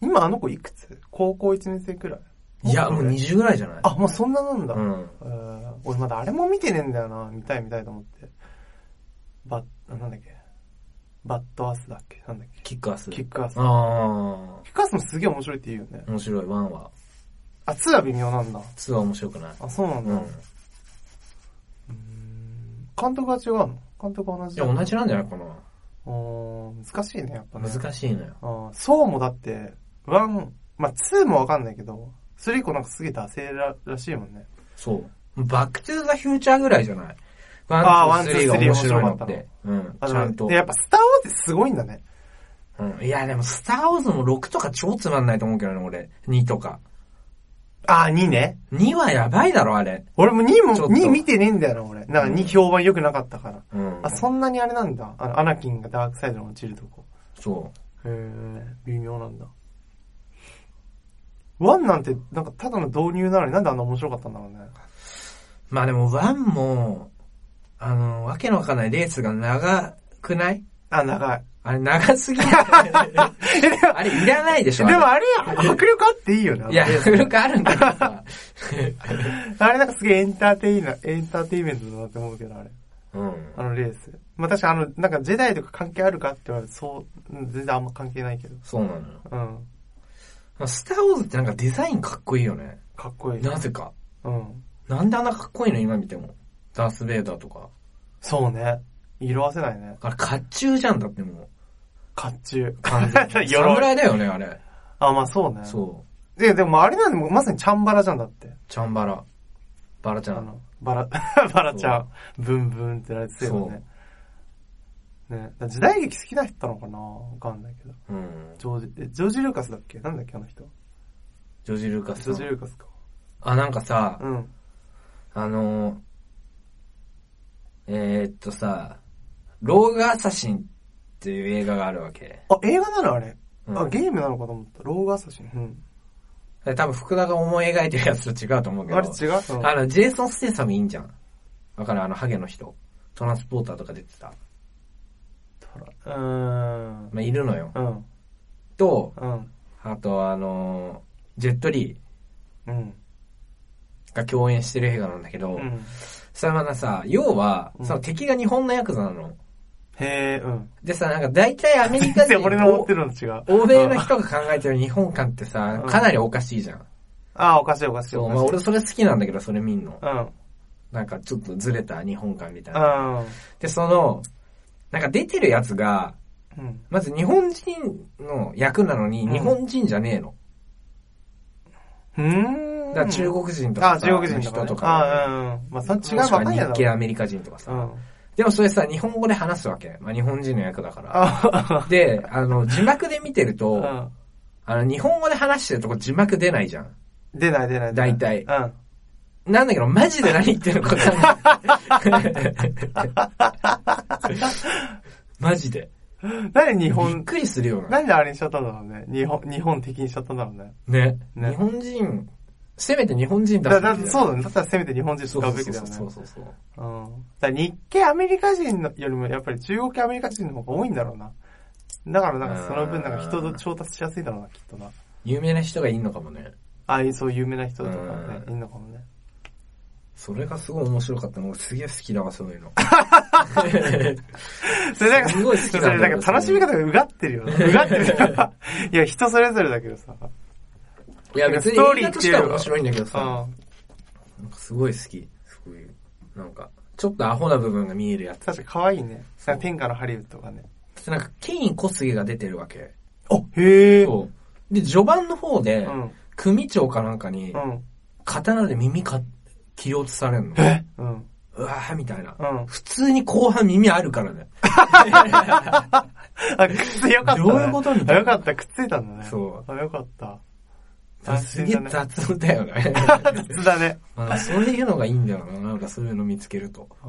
S1: 今あの子いくつ高校1年生くらい
S2: いや、もう20ぐらいじゃない
S1: あ、もうそんななんだ。
S2: うん。
S1: えー俺まだあれも見てねえんだよな。見たい見たいと思って。バッ、なんだっけ。バッドアスだっけなんだっけ
S2: キックアス。
S1: キックアス。キッ
S2: あ
S1: クアスもすげえ面白いって言うよね。
S2: あ。面白い、ワンは。
S1: あ、2は微妙なんだ。
S2: ツーは面白くない。
S1: あ、そうなん
S2: う
S1: だ。
S2: ん。
S1: うーん監督は違うの監督は同
S2: い
S1: じ
S2: や、同じなんじゃないかな。
S1: おー難しいね、やっぱね。
S2: 難しいのよ。
S1: あーそうもだって、ワン、まあ、ツーもわかんないけど、スリー以降なんかすげえ惰性ららしいもんね。
S2: そう。バックトゥーザフューチャーぐらいじゃない
S1: あー
S2: ワン、ツー、スリーが
S1: ワンツー
S2: 面
S1: スリー
S2: 白いの
S1: 面白か
S2: っ
S1: ったの
S2: て。うん。
S1: あ
S2: ち
S1: で
S2: ゃ
S1: も
S2: んと
S1: で。やっぱスターウォーズってすごいんだね。
S2: うん。いや、でも、スターウォーズも6とか超つまんないと思うけどね、俺。2とか。
S1: あー、2ね。
S2: 2はやばいだろ、あれ。
S1: 俺も2も、
S2: ちょっと
S1: 2見てねえんだよな、俺。なんか2評判良くなかったから。
S2: うん。
S1: あ、そんなにあれなんだ。あの、アナキンがダークサイドに落ちるとこ。
S2: そ
S1: へえ、微妙なんだ。ワンなんて、なんかただの導入なのになんであんな面白かったんだろうね。
S2: う。まあでも、1も、あの、わけのわかんないレースが長くない
S1: あ、長い。
S2: あれ、長すぎる。あれ、いらないでし
S1: で
S2: ょ、
S1: も
S2: あ
S1: あれ、迫力あっていいよね。
S2: れ。いや、迫力あるんだけどさ。
S1: あれなんかすげえエンターテイナー、エンターテイメントだなって思うけど、あれ。
S2: うん。
S1: あのレース。まあ、確かあの、なんかジェダイとか関係あるかって言われると、そう、うん全然あんま関係ないけど。
S2: そうなのよ
S1: うん。
S2: まあ。スターウォーズってなんかデザインかっこいいよね。
S1: かっこいい。
S2: なぜか。
S1: うん。
S2: なんであんなかっこいいの今見ても。ダース・ベイダーとか。
S1: そうね。色褪せないね。
S2: あれ、甲冑じゃんだっても
S1: 甲冑
S2: う。。完全 に。
S1: 鎧
S2: 侍だよね、あれ。
S1: あ、まあそうね。
S2: そう。
S1: で、でもあれなんでもうまさにチャンバラじゃんだって。
S2: チャンバラ。バラちゃ
S1: あ
S2: ん。
S1: の、バラ、 バラちゃん、ブンブンってやられてたよね。ね。だから時代劇好きな人なのかなわかんないけど。
S2: うん。
S1: ジョージ、えジョージ・ルーカスだっけなんだっけあの人。
S2: ジョージ・ルーカ
S1: ジョ
S2: ス
S1: ージ・
S2: の。
S1: ルーカスか。
S2: あ、なんかさ、
S1: うん。
S2: あのー、えー、っとさ、ローグ・アサシンっていう映画があるわけ。
S1: あ、映画なのあれ。
S2: うん
S1: あ、ゲームなのかと思った。ローグアサシン。うん。
S2: あれ多分福田が思い描いてるやつと違うと思うけど。
S1: あれ違うその
S2: あの、ジェイソン・ステイサムいいんじゃん。わかるあの、ハゲの人。トランスポーターとか出てた。
S1: うーん。
S2: まあ、いるのよ。
S1: うん。
S2: と、
S1: うん。
S2: あとあのージェットリ
S1: うん。
S2: ーが共演してる映画なんだけど、
S1: うん。
S2: さ、まださ、要は、
S1: うん
S2: その敵が日本のヤクザなの。
S1: へえ、うん。
S2: でさ、なんか大体アメリカ
S1: 全
S2: 人
S1: 然俺の思ってるのと違う。
S2: お欧米
S1: う
S2: の
S1: ん
S2: 人が考えてる日本観ってさ
S1: う、ん
S2: かなりおかしいじゃん。
S1: あ、おかしいおかしい。
S2: そ
S1: お
S2: う、
S1: か
S2: まあ
S1: しい
S2: 俺それ好きなんだけど、それ見んの。
S1: うん。
S2: なんかちょっとずれた日本観みたいな。
S1: うん。
S2: で、その、なんか出てるやつが、
S1: うん。
S2: まず日本人の役なのに、
S1: うん
S2: 日本人じゃねえの。
S1: うーん。
S2: だから中国人とか
S1: あ、
S2: さ、
S1: 中国人とか、
S2: の
S1: ね。
S2: 人とか、
S1: あ、うんうん。まあ、そ
S2: も
S1: の違う
S2: しく
S1: ば
S2: は
S1: っかりやろ。
S2: 日系アメリカ人とかさ。
S1: うん。
S2: でもそれさ、日本語で話すわけ。まあ、日本人の役だから。
S1: あ、
S2: で、あの、字幕で見てると、
S1: うん。
S2: あの、日本語で話してるとこ字幕出ないじゃん。
S1: 出ない出ない。出ない
S2: 大体
S1: うん。
S2: なんだけど、マジで何言ってるのかわかん ない。マジで。
S1: なんで日
S2: びっ
S1: 本、
S2: くりするよな。
S1: なんであれにしちゃったんだろうね。日本、日本的にしちゃったんだろうね。
S2: ね。
S1: ね
S2: 日本人、せめて日本人出
S1: だ、
S2: すべき
S1: だ
S2: よ
S1: そうだね。だったらせめて日本人
S2: そ
S1: 使
S2: う
S1: う
S2: そう
S1: べきだ
S2: そ
S1: よ
S2: う
S1: ね。
S2: そうそうそう。
S1: うん。だから日系アメリカ人のよりもやっぱり中国系アメリカ人の方が多いんだろうな。だからなんかその分なんか人と調達しやすいだろうな、きっとな。
S2: 有名な人がいんのかもね。
S1: ああいうそう有名な人とかね、
S2: う
S1: いいのかもね。
S2: それがすごい面白かったの。俺すげえ好きだわ、そういうの。
S1: それなんか、
S2: すごい好きなん
S1: そ
S2: だよ
S1: れなんか楽しみ方がうがってるよな。うがってるよな。いや、人それぞれだけどさ。
S2: いや、別に映画としては面白いんだけど
S1: う
S2: さ、
S1: ん。
S2: なんかすごい好き。すごい、なんか、ちょっとアホな部分が見えるやつ。
S1: 確か可愛いね。なんか天下のハリウッドがね。
S2: なんか、ケイン小杉が出てるわけ。
S1: あ、へえ。う。
S2: そう。で、序盤の方で、
S1: ん。
S2: 組長かなんかに
S1: う、ん。
S2: 刀で耳か、切り落とされんの。
S1: うん。
S2: うわーみたいな
S1: う。ん。
S2: 普通に後半耳あるからね。
S1: あ、靴よかった、ね。
S2: どういうことみたいな
S1: あよかった、くっついたんだね。。
S2: そう
S1: あ、よかった。
S2: すげえ
S1: 斬
S2: 雑だよ ね。
S1: 新だね。
S2: まあそういうのがいいんだよな。なんかそういうの見つけると。
S1: あ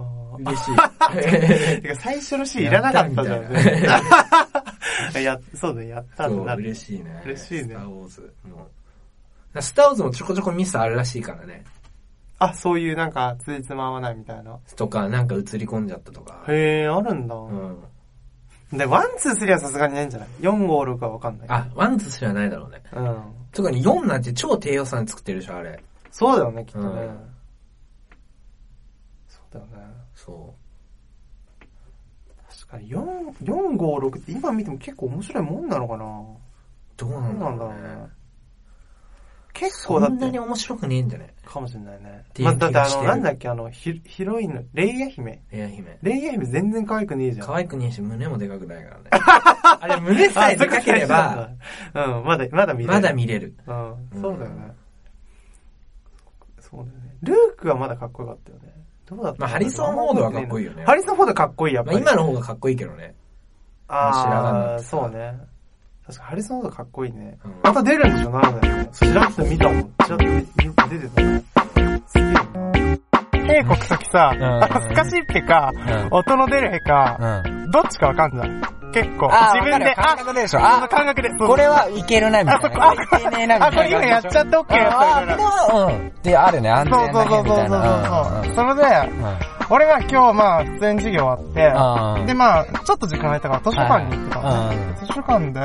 S2: 嬉
S1: ー
S2: しい。
S1: てか最初のシーンいらなかったじゃんね。 や、そうだね、やった
S2: そ
S1: ん
S2: う、
S1: だ。
S2: 嬉しいね。
S1: 嬉しい
S2: ス
S1: ね
S2: ターウォーズ。もう。だスターウォーズもちょこちょこミスあるらしいからね。
S1: あ、そういうなんか、ついつま合わないみたいな。
S2: とか、なんか映り込んじゃったとか。
S1: へえ、あるんだ。
S2: うん。
S1: で、ワン、ツー、スリーはさすがにないんじゃない ?4、5、6はわかんない。
S2: あ、ワンツースリーはないだろうね。
S1: うん。
S2: 特に4なんて超低予算作ってるでしょ、あれ。
S1: そうだよね、きっとね。
S2: うん
S1: そうだよね。
S2: そ
S1: かに4、4、5、6って今見ても結構面白いもんなのかな
S2: どう
S1: どうな
S2: なんん
S1: だ
S2: だ
S1: ろ
S2: ろ
S1: う
S2: う
S1: ね
S2: ね。。
S1: 結構だ
S2: そ
S1: っ
S2: んなに
S1: て、
S2: 面白くねえんじゃね
S1: かもしれないね
S2: っ。ていう
S1: まあ、だって
S2: 気
S1: あ
S2: がし
S1: の、
S2: てる
S1: なんだっけ、あの、ヒヒロインの、レイヤ姫。
S2: えレア姫。
S1: レイヤ姫全然可愛くねえじゃん。
S2: 可愛くねえし、胸もでかくないからね。 あれ、胸さえでかければ、
S1: うん、まだ、まだ見れる。
S2: まだ見れる。
S1: うん、
S2: うん
S1: そうだよね。そうだよね。ルークはまだかっこよかったよね。どうだった
S2: まあ、ハリソン・フォードはかっこいい
S1: よ。
S2: よね。
S1: ハリソン・フォードかっこいい、やっぱ
S2: まあ、
S1: り。
S2: 今の方がかっこいいけどね。
S1: あ
S2: 知らな
S1: あ
S2: かった
S1: そうね。確かにハリソン・フォードかっこいいね。
S2: うん
S1: また出るんでしょ、なるね。ちらっと見たもん。ちらっと見出てたもん。すげえな。英国先さ、
S3: ん
S1: あの、スカシッペか、
S3: う
S1: 音の出るへか、
S3: ん。うん。
S1: どっちかわかんない。結構
S3: あ、ー
S1: 自
S3: わか
S1: 分で、
S3: るよ感
S1: あ、
S3: 覚でしょ。
S1: あ
S3: あ
S1: の、感覚で、そう
S3: これはいけるな、みたいな。
S1: あそこ
S3: これいけねえな、みたい
S1: あ、
S3: な。
S1: これ今やっちゃって OK
S3: あ
S1: やった
S3: あこれはうん。で、あるね、安
S1: そう
S3: 全
S1: そ
S3: だ
S1: うそう
S3: け
S1: そう
S3: み
S1: そ
S3: た
S1: う
S3: いな。
S1: そう。それで、俺は今日まあ、出演授業終わっ
S3: うん。
S1: て、
S3: うん。
S1: で、まあ、ちょっと時間空いたから図書館に行ってたの
S3: はいはいうん
S1: 図書館で、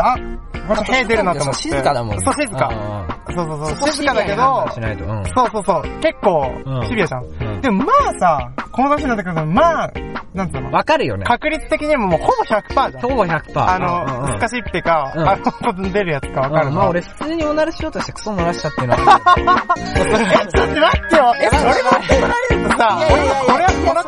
S1: あ、また兵出るなと思って。
S3: 静かだもんね。
S1: そう、静か。
S3: か。
S1: そうそうそう、静かだけど、
S3: しないと。うん。
S1: そうそうそう、結
S3: う
S1: 構、
S3: ん
S1: シビアじゃん。
S3: うん
S1: でもまあさ、この年になってくると、まあ、なんつうの、
S3: わかるよね。
S1: 確率的にももうほぼ100%じゃん
S3: ほ。ぼ100%。
S1: あ
S3: うんうんう
S1: の、
S3: ん
S1: 難しいってか、
S3: うん
S1: あの、出るやつかわかる
S3: うん
S1: の。
S3: まあ俺普通におならしようとしてクソ漏らしちゃってるのは。
S1: え、ちょっと待ってよえ、それも言われるとさ、
S3: いやいやいや
S1: 俺もこれはこの